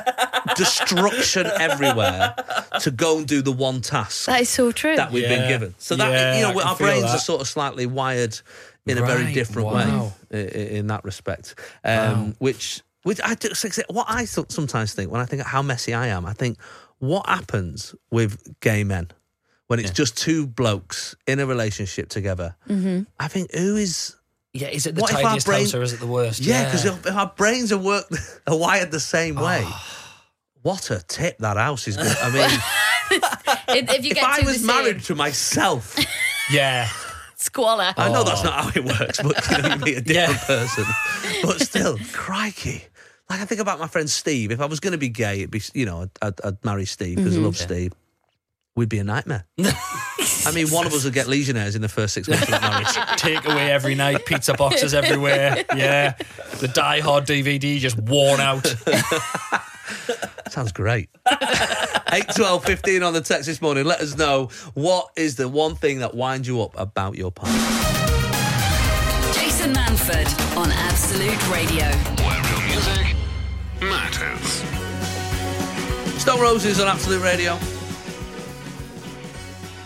Speaker 3: destruction everywhere to go and do the one task
Speaker 5: That is so true.
Speaker 3: that we've been
Speaker 4: Yeah.
Speaker 3: given. So that
Speaker 4: Yeah,
Speaker 3: you
Speaker 4: I
Speaker 3: know,
Speaker 4: can
Speaker 3: our
Speaker 4: feel
Speaker 3: brains
Speaker 4: that.
Speaker 3: are sort of slightly wired in a very
Speaker 4: Right,
Speaker 3: different
Speaker 4: wow.
Speaker 3: way in, in that respect. Um, Which, which I do, what I so- sometimes think when I think of how messy I am, I think what happens with gay men when it's just two blokes in a relationship together.
Speaker 5: Mm-hmm.
Speaker 3: I think who is
Speaker 4: Yeah, is it the
Speaker 3: What if our
Speaker 4: tidiest
Speaker 3: brain-
Speaker 4: house or is it the worst?
Speaker 3: yeah, because our brains are worked are wired the same
Speaker 4: Ah.
Speaker 3: way. What a tip that house is. Good. I mean,
Speaker 5: If, if you
Speaker 3: if
Speaker 5: get
Speaker 3: I
Speaker 5: to
Speaker 3: was
Speaker 5: the
Speaker 3: married to
Speaker 5: same
Speaker 3: myself,
Speaker 4: yeah.
Speaker 5: squalor.
Speaker 3: I know that's not how it works, but you know, you'd be a
Speaker 4: Yeah.
Speaker 3: different person. But still, crikey. Like I think about my friend Steve. If I was going to be gay, it'd be you know I'd, I'd, I'd marry Steve because I love Steve. We'd be a nightmare. I mean, one of us would get legionnaires in the first six months of that marriage.
Speaker 4: Take away every night, pizza boxes everywhere. Yeah, the Die Hard DVD just worn out.
Speaker 3: Sounds great. 8, 12, 15 on the text this morning. Let us know what is the one thing that winds you up about your partner.
Speaker 2: Jason Manford on Absolute Radio.
Speaker 1: Where real music matters.
Speaker 3: Stone Roses on Absolute Radio.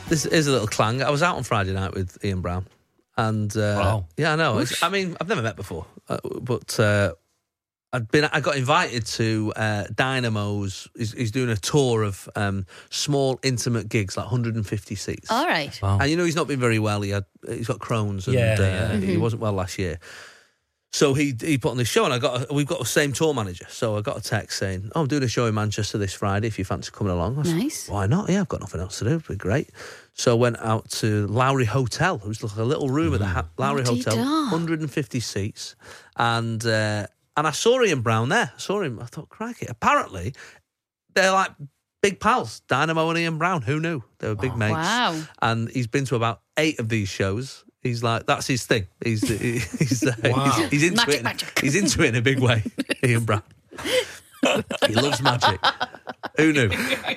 Speaker 3: This is a little clang. I was out on Friday night with Ian Brown. And uh,
Speaker 4: Wow.
Speaker 3: yeah, I know. It's, I mean, I've never met before, uh, but uh, I'd been. I got invited to uh, Dynamo's. He's, he's doing a tour of um, small, intimate gigs, like 150 seats.
Speaker 5: All right.
Speaker 3: And you know he's not been very well. He had he's got Crohn's and
Speaker 4: Yeah,
Speaker 3: uh,
Speaker 4: yeah.
Speaker 3: he wasn't well last year. So he he put on this show, and I got a, we've got the same tour manager. So I got a text saying, "Oh, I'm doing a show in Manchester this Friday. If you fancy coming along, I said,
Speaker 5: Nice.
Speaker 3: Why not? Yeah, I've got nothing else to do. It'd be great." So I went out to Lowry Hotel, which was like a little room
Speaker 4: Mm.
Speaker 3: at the ha- Lowry
Speaker 5: Bloody
Speaker 3: Hotel,
Speaker 5: dark.
Speaker 3: 150 seats, and uh, and I saw Ian Brown there. I saw him. I thought, "Crikey!" Apparently, they're like big pals, Dynamo and Ian Brown. Who knew they were big mates?
Speaker 5: Oh, wow.
Speaker 3: And he's been to about eight of these shows. He's like that's his thing. He's he- he's uh,
Speaker 4: Wow.
Speaker 3: he's, he's into
Speaker 5: Magic,
Speaker 3: it.
Speaker 5: magic.
Speaker 3: He's into it in a big way. Ian Brown. he loves magic. Who knew?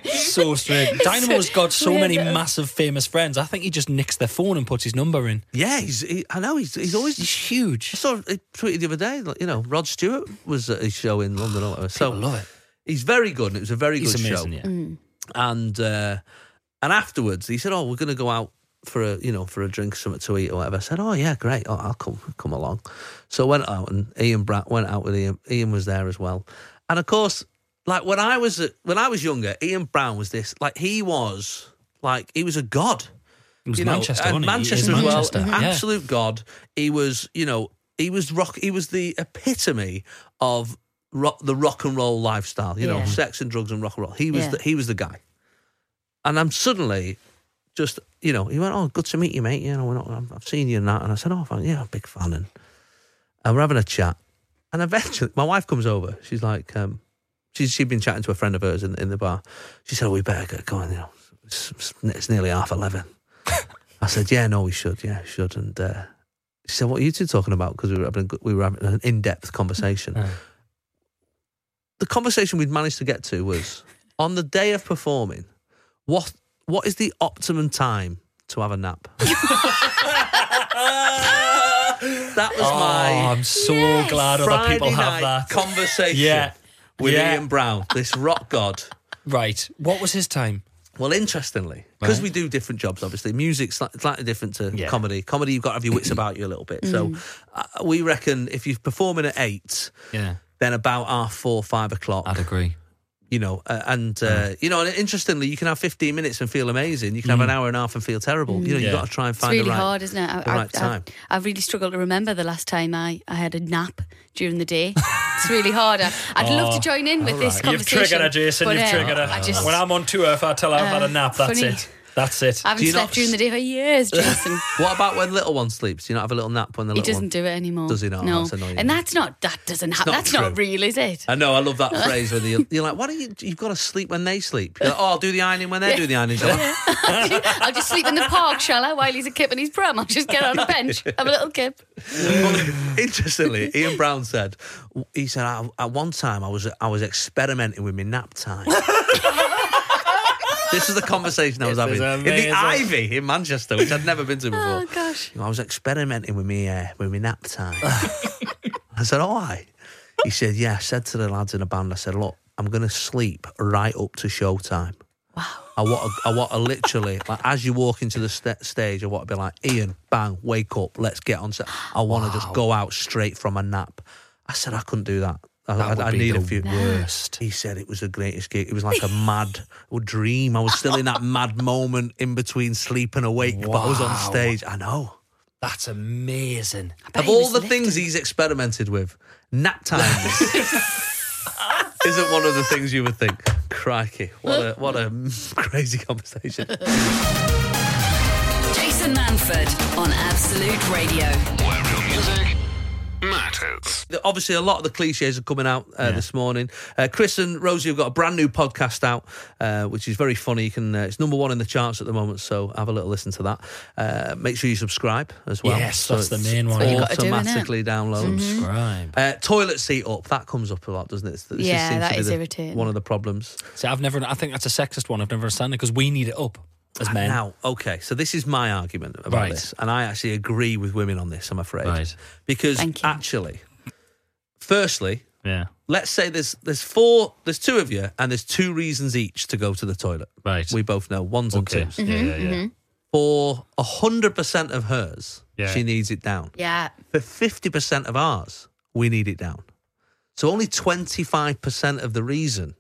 Speaker 4: so strange. Dynamo's got so many
Speaker 5: Weirdo.
Speaker 4: massive famous friends. I think he just nicks their phone and puts his number in.
Speaker 3: Yeah, he's. He, I know he's. He's always.
Speaker 4: He's
Speaker 3: I
Speaker 4: huge.
Speaker 3: saw he tweeted the other day. like, You know, Rod Stewart was at his show in London. Or whatever. So
Speaker 4: I love it.
Speaker 3: he's very good. and It was a very
Speaker 4: He's
Speaker 3: good
Speaker 4: amazing.
Speaker 3: show.
Speaker 4: Yeah.
Speaker 3: and uh, and afterwards he said, "Oh, we're going to go out for a you know for a drink, something to eat or whatever." I said, "Oh yeah, great, oh, I'll come come along." So I went out and Ian Brat went out with Ian. Ian was there as well, and of course, like when I was when I was younger, Ian Brown was this like he was like he was a god.
Speaker 4: It was
Speaker 3: You know,
Speaker 4: Manchester,
Speaker 3: and
Speaker 4: wasn't it? He is
Speaker 3: Manchester as well.
Speaker 4: Manchester,
Speaker 3: an
Speaker 4: yeah.
Speaker 3: Absolute god. He was, you know, he was rock. He was the epitome of rock, the rock and roll lifestyle. You know,
Speaker 5: Yeah.
Speaker 3: sex and drugs and rock and roll. He was,
Speaker 5: Yeah.
Speaker 3: the, he was the guy. And I'm suddenly just, you know, he went, "Oh, good to meet you, mate. You know, we're not, I've- I've seen you and that." And I said, "Oh, fine. yeah, I'm a big fan." And, and we're having a chat. And eventually, my wife comes over. She's like, um, she's she'd been chatting to a friend of hers in, in the bar. She said, oh, "We better go, go on, you know, it's, it's- it's nearly half 11. I said, "Yeah, no, we should. Yeah, we should." And uh, she said, "What are you two talking about?" Because we were having a good- we were having an in depth conversation.
Speaker 4: Mm, Yeah.
Speaker 3: The conversation we'd managed to get to was on the day of performing. What what is the optimum time to have a nap? that was
Speaker 4: Oh,
Speaker 3: my
Speaker 4: I'm so glad Oh, other
Speaker 3: Friday
Speaker 4: people have
Speaker 3: night
Speaker 4: that.
Speaker 3: conversation
Speaker 4: Yeah.
Speaker 3: with
Speaker 4: Yeah.
Speaker 3: Ian Brown, this rock god.
Speaker 4: Right. What was his time?
Speaker 3: Well, interestingly, because
Speaker 4: Right.
Speaker 3: we do different jobs, obviously, music's sli- slightly different to
Speaker 4: Yeah.
Speaker 3: comedy. Comedy, you've got to have your wits about you a little bit.
Speaker 5: Mm.
Speaker 3: So uh, we reckon if you're performing at eight,
Speaker 4: Yeah.
Speaker 3: then about half four, five o'clock,
Speaker 4: I'd agree.
Speaker 3: you know, uh, and
Speaker 4: Uh-huh.
Speaker 3: uh, you know, and interestingly, you can have 15 minutes and feel amazing. You can have an hour and a half and feel terrible. You know,
Speaker 4: Mm. Yeah.
Speaker 3: you've got to try and
Speaker 5: It's
Speaker 3: find
Speaker 5: really
Speaker 3: the right.
Speaker 5: hard, isn't it? I,
Speaker 3: the
Speaker 5: I,
Speaker 3: right
Speaker 5: I,
Speaker 3: time.
Speaker 5: I really struggle to remember the last time I, I had a nap during the day. It's really hard. I, I'd love
Speaker 3: Oh,
Speaker 5: to join in with this
Speaker 4: You've
Speaker 5: conversation.
Speaker 4: triggered her, Jason.
Speaker 5: but,
Speaker 4: You've
Speaker 5: uh,
Speaker 4: triggered her.
Speaker 5: I just,
Speaker 4: when I'm on tour, if I tell her I've had a
Speaker 5: Uh,
Speaker 4: nap, that's
Speaker 5: funny.
Speaker 4: it. That's it.
Speaker 5: I haven't
Speaker 3: Do you
Speaker 5: slept
Speaker 3: not-
Speaker 5: during the day for years, Jason.
Speaker 3: What about when little one sleeps? Do you not have a little nap when the
Speaker 5: he
Speaker 3: little
Speaker 5: doesn't
Speaker 3: one?
Speaker 5: do it anymore.
Speaker 3: Does he not?
Speaker 5: No.
Speaker 3: That's annoying.
Speaker 5: And that's not, that doesn't happen.
Speaker 3: not
Speaker 5: That's not
Speaker 3: true.
Speaker 5: real, is it?
Speaker 3: I know, I love that phrase when you're, you're like, why don't you, you've got to sleep when they sleep? You're like, oh, I'll do the ironing when they do the ironing. Come on.
Speaker 5: I'll just sleep in the park, shall I? While he's a kip and he's pram, I'll just get on a bench, have a little kip.
Speaker 3: Well, interestingly, Ian Brown said he said "I- at one time I was I was experimenting with my nap time. this is the conversation I was
Speaker 4: This is
Speaker 3: having in
Speaker 4: amazing.
Speaker 3: the Ivy in Manchester, which I'd never been to before.
Speaker 5: Oh, gosh.
Speaker 3: I was experimenting with me uh, with my nap time. I said, "Oh, I." He said, "Yeah." I said to the lads in the band, "I said, look, I'm going to sleep right up to showtime." Wow. I want, to, I want to literally, like, as you walk into the st- stage, I want to be like, Ian, bang, wake up, let's get on. set." I want to just go out straight from a nap. I said I couldn't do that. I, I,
Speaker 4: That would
Speaker 3: I
Speaker 4: be
Speaker 3: need
Speaker 4: the
Speaker 3: a few.
Speaker 4: worst.
Speaker 3: He said it was the greatest gig. It was like a mad dream. I was still in that mad moment in between sleep and awake, but I was on
Speaker 4: Wow.
Speaker 3: stage. I know.
Speaker 4: That's amazing.
Speaker 5: bet
Speaker 3: of
Speaker 5: he
Speaker 3: all
Speaker 5: was
Speaker 3: the
Speaker 5: lifted.
Speaker 3: things he's experimented with, nap times isn't one of the things you would think. Crikey, what a what a crazy conversation.
Speaker 2: Jason Manford on Absolute Radio.
Speaker 1: Where real music matters.
Speaker 3: Obviously, a lot of the cliches are coming out uh, this morning. Uh, Chris and Rosie have got a brand new podcast out, uh, which is very funny. You can uh, it's number one in the charts at the moment, so have a little listen to that. Uh, make sure you subscribe as well.
Speaker 4: Yes,
Speaker 3: so
Speaker 4: that's the
Speaker 3: it's
Speaker 4: main one. That's what you
Speaker 5: gotta do, innit? Mm-hmm.
Speaker 3: Automatically downloads.
Speaker 4: Right.
Speaker 3: Uh, toilet seat up, that comes up a lot, doesn't it? This just
Speaker 5: Yeah,
Speaker 3: seems
Speaker 5: that
Speaker 3: to be
Speaker 5: is
Speaker 3: the-
Speaker 5: irritating.
Speaker 3: One of the problems.
Speaker 4: So I've never. I think that's a sexist one. I've never understood it because we need it up
Speaker 5: Ah,
Speaker 4: as men.
Speaker 3: Now, okay, so this is my argument about
Speaker 4: Right.
Speaker 3: this, and I actually agree with women on this. I'm afraid,
Speaker 4: Right.
Speaker 3: Because
Speaker 5: Thank you.
Speaker 3: actually, firstly,
Speaker 4: Yeah.
Speaker 3: let's say there's there's four, there's two of you, and there's two reasons each to go to the toilet.
Speaker 4: Right.
Speaker 3: We both know ones
Speaker 4: Okay.
Speaker 3: and twos.
Speaker 5: Mm-hmm.
Speaker 4: Yeah, yeah, yeah.
Speaker 3: For hundred percent of hers,
Speaker 4: Yeah.
Speaker 3: she needs it down.
Speaker 5: Yeah.
Speaker 3: For fifty percent of ours, we need it down. So only twenty five percent of the reason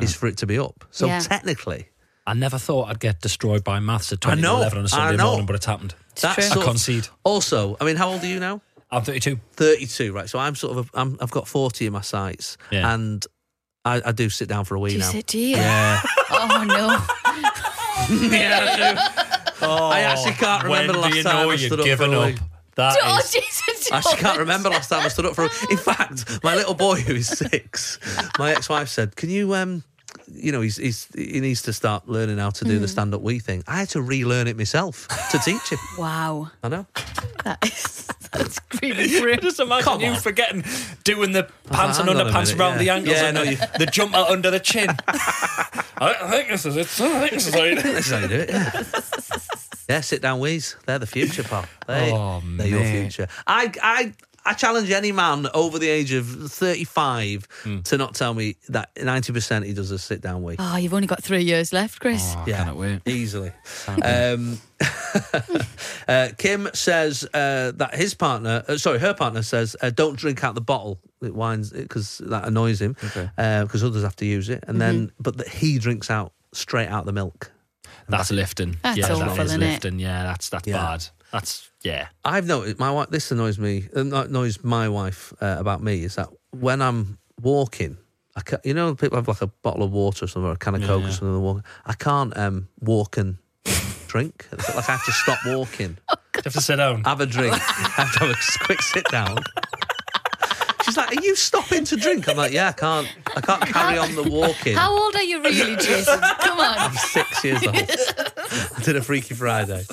Speaker 3: is
Speaker 4: Hmm.
Speaker 3: for it to be up. So
Speaker 5: Yeah.
Speaker 3: technically,
Speaker 4: I never thought I'd get destroyed by maths at
Speaker 3: I know.
Speaker 4: 2011 on a
Speaker 3: I
Speaker 4: Sunday
Speaker 3: know.
Speaker 4: morning, but it's happened.
Speaker 5: true.
Speaker 4: I concede.
Speaker 3: Also, I mean, how old are you now?
Speaker 4: I'm 32.
Speaker 3: 32, right? So I'm sort of, a, I'm, I've got 40 in my sights,
Speaker 4: Yeah.
Speaker 3: and I, I do sit down for a wee
Speaker 5: Do you
Speaker 3: now.
Speaker 5: sit do you?
Speaker 3: yeah,
Speaker 5: Oh no.
Speaker 3: I actually can't remember the
Speaker 4: "Oh, when
Speaker 3: last
Speaker 4: do you
Speaker 3: time
Speaker 4: know
Speaker 3: I
Speaker 4: you've
Speaker 3: stood up
Speaker 4: given
Speaker 3: for a
Speaker 4: up?
Speaker 3: wee.
Speaker 4: That
Speaker 5: Oh
Speaker 4: is-
Speaker 5: Jesus.
Speaker 3: I actually can't
Speaker 5: George.
Speaker 3: remember last time I stood up for. a- In fact, my little boy who is six, my ex-wife said, "Can you um." You know, he's, he's he needs to start learning how to do the stand up wee thing. I had to relearn it myself to teach him.
Speaker 5: Wow.
Speaker 3: I know.
Speaker 5: That is that's really rude.
Speaker 4: Just imagine
Speaker 3: Come
Speaker 4: you
Speaker 3: on.
Speaker 4: forgetting doing the pants
Speaker 3: hang
Speaker 4: and
Speaker 3: on a
Speaker 4: underpants
Speaker 3: minute,
Speaker 4: around
Speaker 3: yeah.
Speaker 4: the ankles
Speaker 3: Yeah,
Speaker 4: and
Speaker 3: no,
Speaker 4: the,
Speaker 3: you-
Speaker 4: the jumper under the chin. I, I think this is it. son. I think this is it.
Speaker 3: This is how you do it. Yeah, yeah sit down wheeze. They're the future, pal. They,
Speaker 4: Oh,
Speaker 3: they're your
Speaker 4: mate.
Speaker 3: future. I, I, I challenge any man over the age of 35
Speaker 4: Hmm.
Speaker 3: to not tell me that 90% he does a sit down wee.
Speaker 5: Oh, you've only got three years left, Chris.
Speaker 3: yeah,
Speaker 4: cannot wait.
Speaker 3: Easily. Um, uh, Kim says uh, that his partner, uh, sorry, her partner says, uh, don't drink out the bottle. It winds because that annoys him because others have to use it, and
Speaker 4: Mm-hmm.
Speaker 3: then but that he drinks out straight out the milk.
Speaker 4: That's lifting.
Speaker 5: That's
Speaker 4: yeah,
Speaker 5: awful,
Speaker 4: that is
Speaker 5: isn't it?
Speaker 4: lifting. Yeah, that's that's bad. That's yeah.
Speaker 3: I've noticed my wife. This annoys me. uh, no- Annoys my wife uh, about me is that when I'm walking, I ca you know people have like a bottle of water or something, or a can of coke or something. and Walk. I can't um, walk and drink. I feel like I have to stop walking,
Speaker 4: You have to sit down.
Speaker 3: have a drink, have to have a quick sit down. She's like, "Are you stopping to drink?" I'm like, "Yeah, I can't. I can't carry on the walking."
Speaker 5: How old are you really, Jason? Come on.
Speaker 3: six years old. I did a Freaky Friday.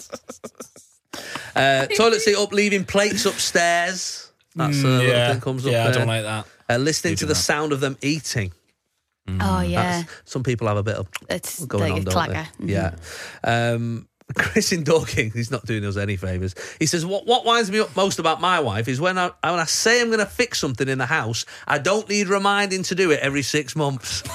Speaker 3: Uh, toilet seat up, leaving plates upstairs. That's a little
Speaker 4: Mm, yeah,
Speaker 3: thing comes up.
Speaker 4: yeah. I
Speaker 3: there.
Speaker 4: don't like that.
Speaker 3: Uh, listening to the sound of them eating.
Speaker 5: Oh yeah.
Speaker 3: That's- Some people have a bit of
Speaker 5: It's
Speaker 3: going
Speaker 5: like
Speaker 3: on,
Speaker 5: a
Speaker 3: don't
Speaker 5: clacker.
Speaker 3: they?
Speaker 4: Mm-hmm.
Speaker 3: Yeah. Um, Chris in Dorking, he's not doing us any favours. He says, "What what winds me up most about my wife is when I when I say I'm going to fix something in the house, I don't need reminding to do it every six months."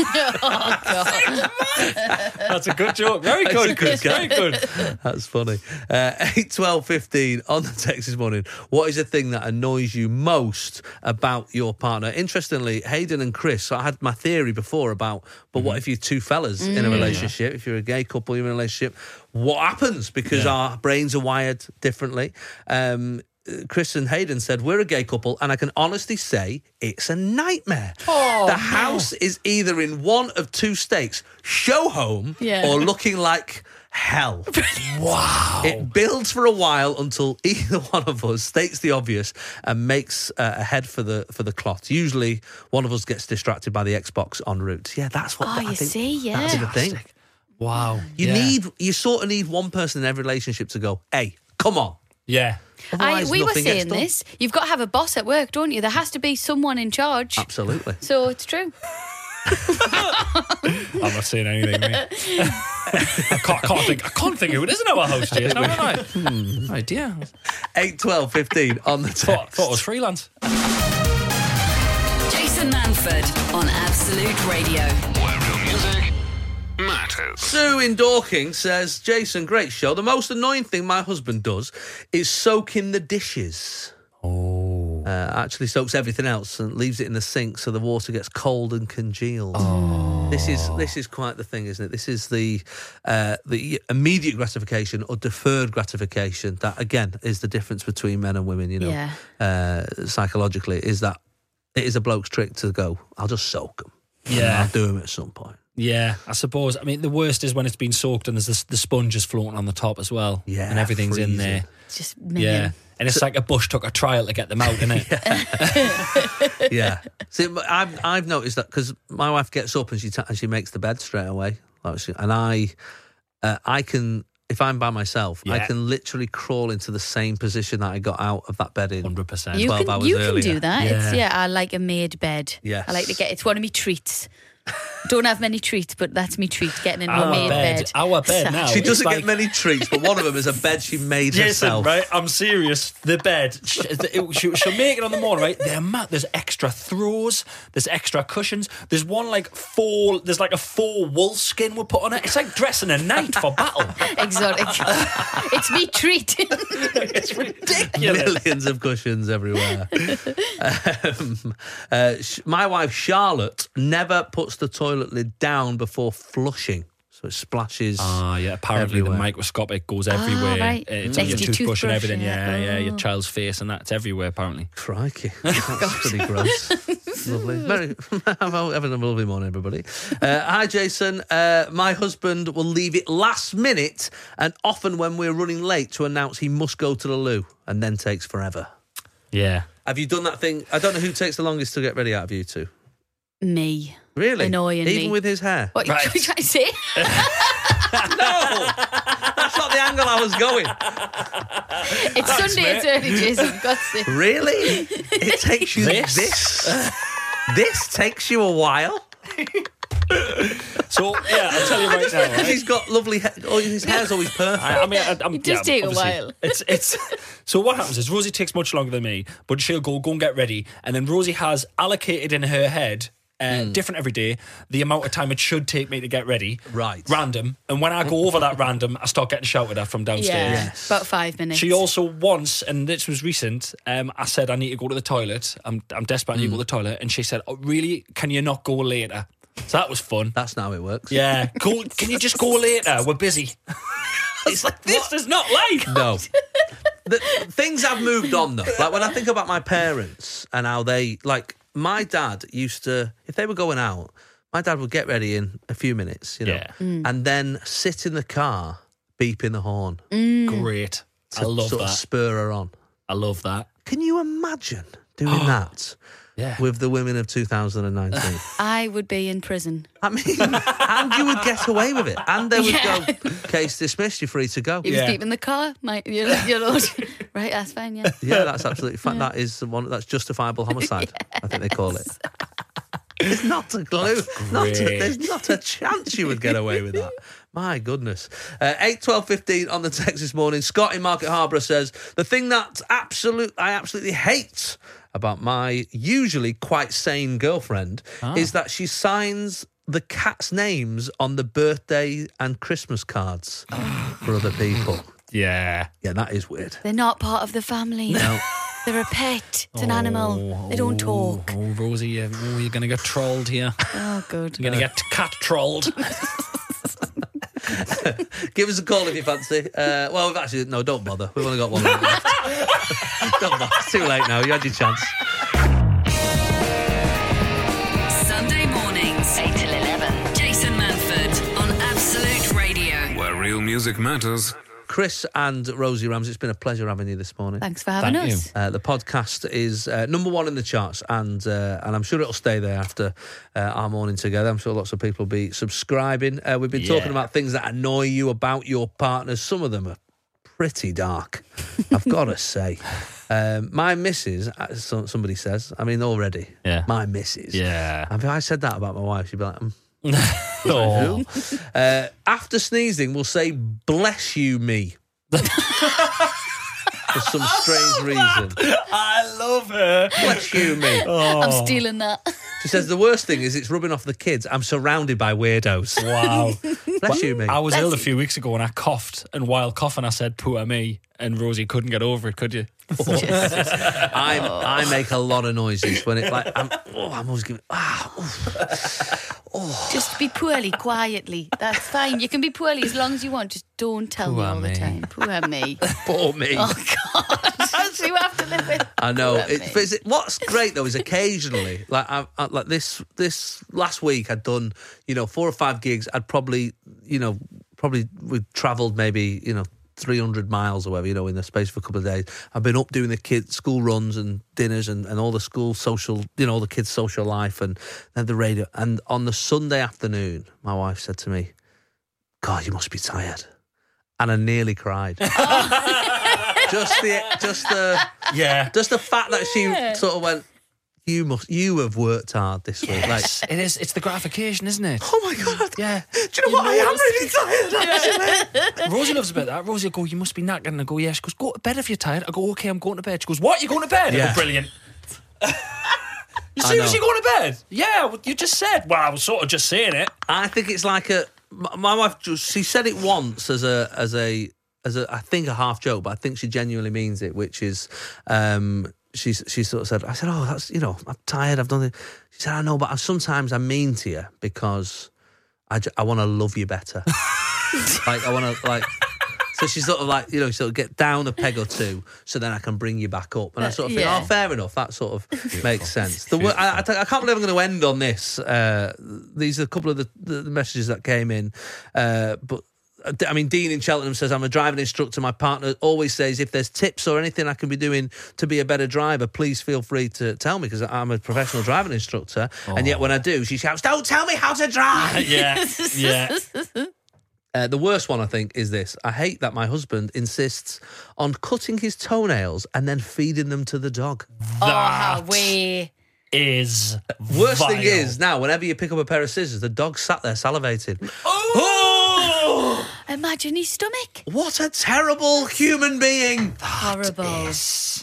Speaker 4: That's a good joke. Very
Speaker 3: That's a
Speaker 4: good,
Speaker 3: good
Speaker 4: Chris.
Speaker 3: guy.
Speaker 4: Very good.
Speaker 3: That's funny. Uh, 8, 12, 15 on the text this morning. What is the thing that annoys you most about your partner? Interestingly, Hayden and Chris, I had my theory before about, but what if you're two fellas in a relationship? If you're a gay couple, you're in a relationship, what happens? Because
Speaker 4: Yeah.
Speaker 3: our brains are wired differently. Um, uh, Chris and Hayden said, We're a gay couple, and I can honestly say it's a nightmare. the house is either in one of two states show home
Speaker 5: Yeah.
Speaker 3: or looking like hell.
Speaker 4: Wow.
Speaker 3: It builds for a while until either one of us states the obvious and makes uh, a head for the for the clot. Usually, one of us gets distracted by the Xbox en route. Yeah, that's what.
Speaker 5: Oh,
Speaker 3: I
Speaker 5: you
Speaker 3: think
Speaker 5: see, yeah.
Speaker 3: that's the thing.
Speaker 4: Wow.
Speaker 3: You
Speaker 4: Yeah.
Speaker 3: need you sort of need one person in every relationship to go, "Hey, come on."
Speaker 4: Yeah.
Speaker 5: I,
Speaker 3: Otherwise,
Speaker 5: we were
Speaker 3: nothing gets
Speaker 5: saying
Speaker 3: done.
Speaker 5: this. You've got to have a boss at work, don't you? There has to be someone in charge.
Speaker 3: Absolutely.
Speaker 5: So it's true.
Speaker 4: I'm not saying anything, mate. I can't, can't think. I can't think who it is in our house, Jason. Haven't I? No Hmm, idea.
Speaker 3: 8, 12, 15 on the
Speaker 4: Thought,
Speaker 3: text.
Speaker 4: thought it was freelance.
Speaker 2: Jason Manford on Absolute Radio.
Speaker 1: Where real music matters.
Speaker 3: Sue in Dorking says, Jason, great show. The most annoying thing my husband does is soak in the dishes. Oh. Uh, actually soaks everything else and leaves it in the sink so the water gets cold and congealed. This is this is quite the thing, isn't it? This is the uh, the immediate gratification or deferred gratification that again is the difference between men and women, you know.
Speaker 5: Yeah.
Speaker 3: Uh, psychologically is that it is a bloke's trick to go, I'll just soak them.
Speaker 4: Yeah.
Speaker 3: I'll do them at some point.
Speaker 4: Yeah, I suppose. I mean, the worst is when it's been soaked and there's this, the sponge is floating on the top as well.
Speaker 3: Yeah,
Speaker 4: and everything's in there.
Speaker 5: It's just me.
Speaker 4: Yeah, and it's like a bush took a trial to get them out, isn't it?
Speaker 3: yeah. See, but I've I've noticed that because my wife gets up and she ta- and she makes the bed straight away, like she, and I uh, I can if I'm by myself, I
Speaker 4: Yeah.
Speaker 3: can literally crawl into the same position that I got out of that bed in.
Speaker 4: Hundred percent.
Speaker 5: You
Speaker 3: 12
Speaker 5: can
Speaker 3: hours
Speaker 5: you
Speaker 3: earlier.
Speaker 5: can do that. It's
Speaker 4: Yeah.
Speaker 5: yeah, I like a made bed.
Speaker 3: Yes.
Speaker 5: I like to get it's one of my treats. Don't have many treats, but that's me treat getting in
Speaker 4: Our
Speaker 5: my made
Speaker 4: bed-
Speaker 5: bed.
Speaker 4: our bed now.
Speaker 3: She
Speaker 4: It's
Speaker 3: doesn't
Speaker 4: like-
Speaker 3: get many treats, but one of them is a bed she made herself.
Speaker 4: I'm serious. The bed. She, it- she- she'll make it on the morning, right? They're mad. There's extra throws. There's extra cushions. There's one like four. There's like a four wool skin we put on it. It's like dressing a knight for battle.
Speaker 5: Exotic. it's me treat.
Speaker 4: It's ridiculous.
Speaker 3: Millions of cushions everywhere. um, uh, sh- my wife Charlotte never puts the toilet lid down before flushing. so it splashes.
Speaker 4: Ah, yeah. Apparently,
Speaker 3: Everywhere.
Speaker 4: the microscopic goes everywhere.
Speaker 5: right.
Speaker 4: Uh, It's
Speaker 5: Mm.
Speaker 4: on your
Speaker 5: Next to
Speaker 4: toothbrush, and
Speaker 5: toothbrush,
Speaker 4: everything. Yeah,
Speaker 5: yeah.
Speaker 4: yeah. Your
Speaker 5: Oh.
Speaker 4: child's face and that. It's everywhere, apparently.
Speaker 3: Crikey, that's pretty gross. lovely. Very, well, having a lovely morning, everybody. Uh, hi, Jason. Uh, my husband will leave it last minute, and often when we're running late, to announce he must go to the loo, and then takes forever.
Speaker 4: Yeah.
Speaker 3: Have you done that thing? I don't know who takes the longest to get ready out of you two.
Speaker 5: Me.
Speaker 3: Really,
Speaker 5: Annoying
Speaker 3: Even
Speaker 5: me.
Speaker 3: with his hair.
Speaker 5: What are you trying to say?
Speaker 3: No, that's not the angle I was going.
Speaker 5: It's Sunday, it's early, Jason. God's sake.
Speaker 3: Really? It takes you
Speaker 4: This?
Speaker 3: this. This, takes you a while.
Speaker 4: So yeah, I'll tell you right now.
Speaker 3: Because
Speaker 4: right?
Speaker 3: he's got lovely hair. Oh, his hair's always perfect.
Speaker 4: I, I mean, I, I'm,
Speaker 5: It does
Speaker 4: yeah,
Speaker 5: take a
Speaker 4: obviously.
Speaker 5: while.
Speaker 4: It's it's. So what happens is Rosie takes much longer than me, but she'll go go and get ready, and then Rosie has allocated in her head. Uh, Different every day, the amount of time it should take me to get ready.
Speaker 3: Right.
Speaker 4: Random. And when I go over that random, I start getting shouted at from downstairs.
Speaker 5: Yeah, about five minutes.
Speaker 4: She also once, and this was recent. Um, I said I need to go to the toilet. I'm I'm desperate. I need to go to the toilet, and she said, oh, "Really? Can you not go later?" So that was fun.
Speaker 3: That's not how it works.
Speaker 4: Yeah, cool. Can you just go later? We're busy. it's like this is not life.
Speaker 3: No. The, things have moved on though. Like when I think about my parents and how they like my dad used to if they were going out, my dad would get ready in a few minutes, you know.
Speaker 4: Yeah.
Speaker 3: And then sit in the car beeping the horn.
Speaker 4: Mm. Great. I
Speaker 3: to
Speaker 4: love
Speaker 3: sort of
Speaker 4: that.
Speaker 3: spur her on.
Speaker 4: I love that.
Speaker 3: Can you imagine doing that
Speaker 4: Yeah.
Speaker 3: with the women of 2019?
Speaker 5: I would be in prison.
Speaker 3: I mean, and you would get away with it. And they would
Speaker 5: Yeah.
Speaker 3: go, case dismissed, you're free to go.
Speaker 5: You
Speaker 4: Yeah.
Speaker 5: yeah. deep in the car, my, you know, you know. right, that's fine, yeah.
Speaker 3: Yeah, that's absolutely fine. That is the one that's justifiable homicide. I think they call it. There's not a clue. Not a,
Speaker 4: great.
Speaker 3: there's not a chance you would get away with that. My goodness. Uh, 8, 12, 15 on the text this morning. Scott in Market Harbour says, The thing that absolute, I absolutely hate about my usually quite sane girlfriend is that she signs the cat's names on the birthday and Christmas cards for other people.
Speaker 4: Yeah.
Speaker 3: Yeah, that is weird.
Speaker 5: They're not part of the family.
Speaker 3: No.
Speaker 5: They're a pet. It's an animal. They don't talk.
Speaker 4: Oh, Rosie, you, oh, you're going to get trolled here.
Speaker 5: Oh, good.
Speaker 4: You're going to get cat trolled.
Speaker 3: Give us a call if you fancy. Uh, well, we've actually no, don't bother. We've only got one minute left. don't bother. It's too late now. You had your chance.
Speaker 2: Sunday mornings, 8 till 11. Jason Manford on Absolute Radio.
Speaker 1: Where real music matters.
Speaker 3: Chris and Rosie Rams, it's been a pleasure having you this morning.
Speaker 5: Thanks for having
Speaker 4: Thank
Speaker 5: us.
Speaker 3: Uh, the podcast is uh, number one in the charts, and uh, and I'm sure it'll stay there after uh, our morning together. I'm sure lots of people will be subscribing. Uh, we've been talking
Speaker 4: Yeah.
Speaker 3: about things that annoy you about your partners. Some of them are pretty dark, I've got to say. Um, my missus, uh, so- somebody says, I mean, already,
Speaker 4: Yeah.
Speaker 3: my missus.
Speaker 4: Yeah.
Speaker 3: If I said that about my wife, she'd be like, "Mm,
Speaker 4: Oh.
Speaker 3: Uh, after sneezing, we'll say, bless you, me. For some strange reason.
Speaker 4: I love her.
Speaker 3: Bless you, me.
Speaker 5: I'm stealing that.
Speaker 3: She says, the worst thing is it's rubbing off the kids. I'm surrounded by weirdos.
Speaker 4: Wow.
Speaker 3: Bless you, me.
Speaker 4: I was ill a few weeks ago and I coughed, and while coughing, I said, poor me. And Rosie couldn't get over it, could you?
Speaker 3: I, I make a lot of noises when it like, I'm, oh, I'm always giving, ah, oof.
Speaker 5: Just be poorly, quietly. That's fine. You can be poorly as long as you want. Just don't tell me
Speaker 4: Poor
Speaker 5: all
Speaker 4: me.
Speaker 5: the time. Poor me.
Speaker 3: poor me.
Speaker 5: That's what you have to live with.
Speaker 3: I know.
Speaker 5: Poor
Speaker 3: It,
Speaker 5: me.
Speaker 3: but is it- what's great though is occasionally, like I, I, like this this last week, I'd done you know four or five gigs. I'd probably you know probably we travelled maybe you know. 300 miles or whatever, you know, in the space of a couple of days. I've been up doing the kids' school runs and dinners and, and all the school social, you know, all the kids' social life and, and the radio. And on the Sunday afternoon, my wife said to me, God, you must be tired. And I nearly cried. just the, just the,
Speaker 4: Yeah.
Speaker 3: just the fact that she sort of went, "You must, you have worked hard this week." Like,
Speaker 4: It is. It's the gratification, isn't it?
Speaker 3: oh my god,
Speaker 4: Yeah.
Speaker 3: do you know what? I am really tired. Actually,
Speaker 4: Rosie loves a bit of that. Rosie will go, You must be knackered. And I go, Yeah. She goes, Go to bed if you're tired. I go, Okay, I'm going to bed. She goes, What? You're going to bed? I
Speaker 3: Yeah.
Speaker 4: go, Brilliant. you
Speaker 3: I
Speaker 4: seriously
Speaker 3: know.
Speaker 4: going to bed? Yeah, well, you just said. Well, I was sort of just saying it.
Speaker 3: I think it's like a. My my wife, just, she said it once as a as a as a I think a half joke, but I think she genuinely means it, which is. um she, she sort of said, I said, oh, that's, you know, I'm tired, I've done it. She said, I know, but I, sometimes I'm mean to you because I, ju- I want to love you better. like I want to like. So she's sort of like you know, sort of get down a peg or two, so then I can bring you back up. And I sort of think,
Speaker 5: Yeah.
Speaker 3: oh, fair enough. That sort of makes sense. The, wo- I, I, t- I can't believe I'm going to end on this. Uh, these are a couple of the, the, the messages that came in, uh, but. uh, I mean, Dean in Cheltenham says, I'm a driving instructor. My partner always says, if there's tips or anything I can be doing to be a better driver, please feel free to tell me because I'm a professional driving instructor. And yet, when I do, she shouts, Don't tell me how to drive.
Speaker 4: yeah, yeah.
Speaker 3: Uh, the worst one, I think, is this. I hate that my husband insists on cutting his toenails and then feeding them to the dog.
Speaker 5: Oh,
Speaker 4: That
Speaker 5: how we.
Speaker 4: is
Speaker 3: Worst
Speaker 4: vile.
Speaker 3: thing is now, whenever you pick up a pair of scissors, the dog sat there salivating.
Speaker 4: Oh!
Speaker 5: Imagine his stomach.
Speaker 3: What a terrible human being!
Speaker 5: Horrible.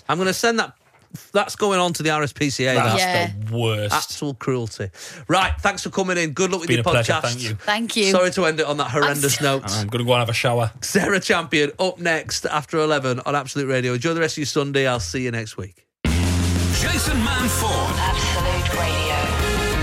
Speaker 3: I'm going to send that. That's going on to the RSPCA. That
Speaker 4: That's
Speaker 5: Yeah.
Speaker 4: the worst.
Speaker 3: actual cruelty. Right. Thanks for coming in. Good luck with
Speaker 4: Been
Speaker 3: your
Speaker 4: a pleasure,
Speaker 3: podcast.
Speaker 4: thank you.
Speaker 5: Thank you.
Speaker 3: Sorry to end it on that horrendous note.
Speaker 4: I'm going to go and have a shower.
Speaker 3: Sarah Champion up next after 11 on Absolute Radio. Enjoy the rest of your Sunday. I'll see you next week.
Speaker 1: Jason Manford
Speaker 2: Absolute Radio.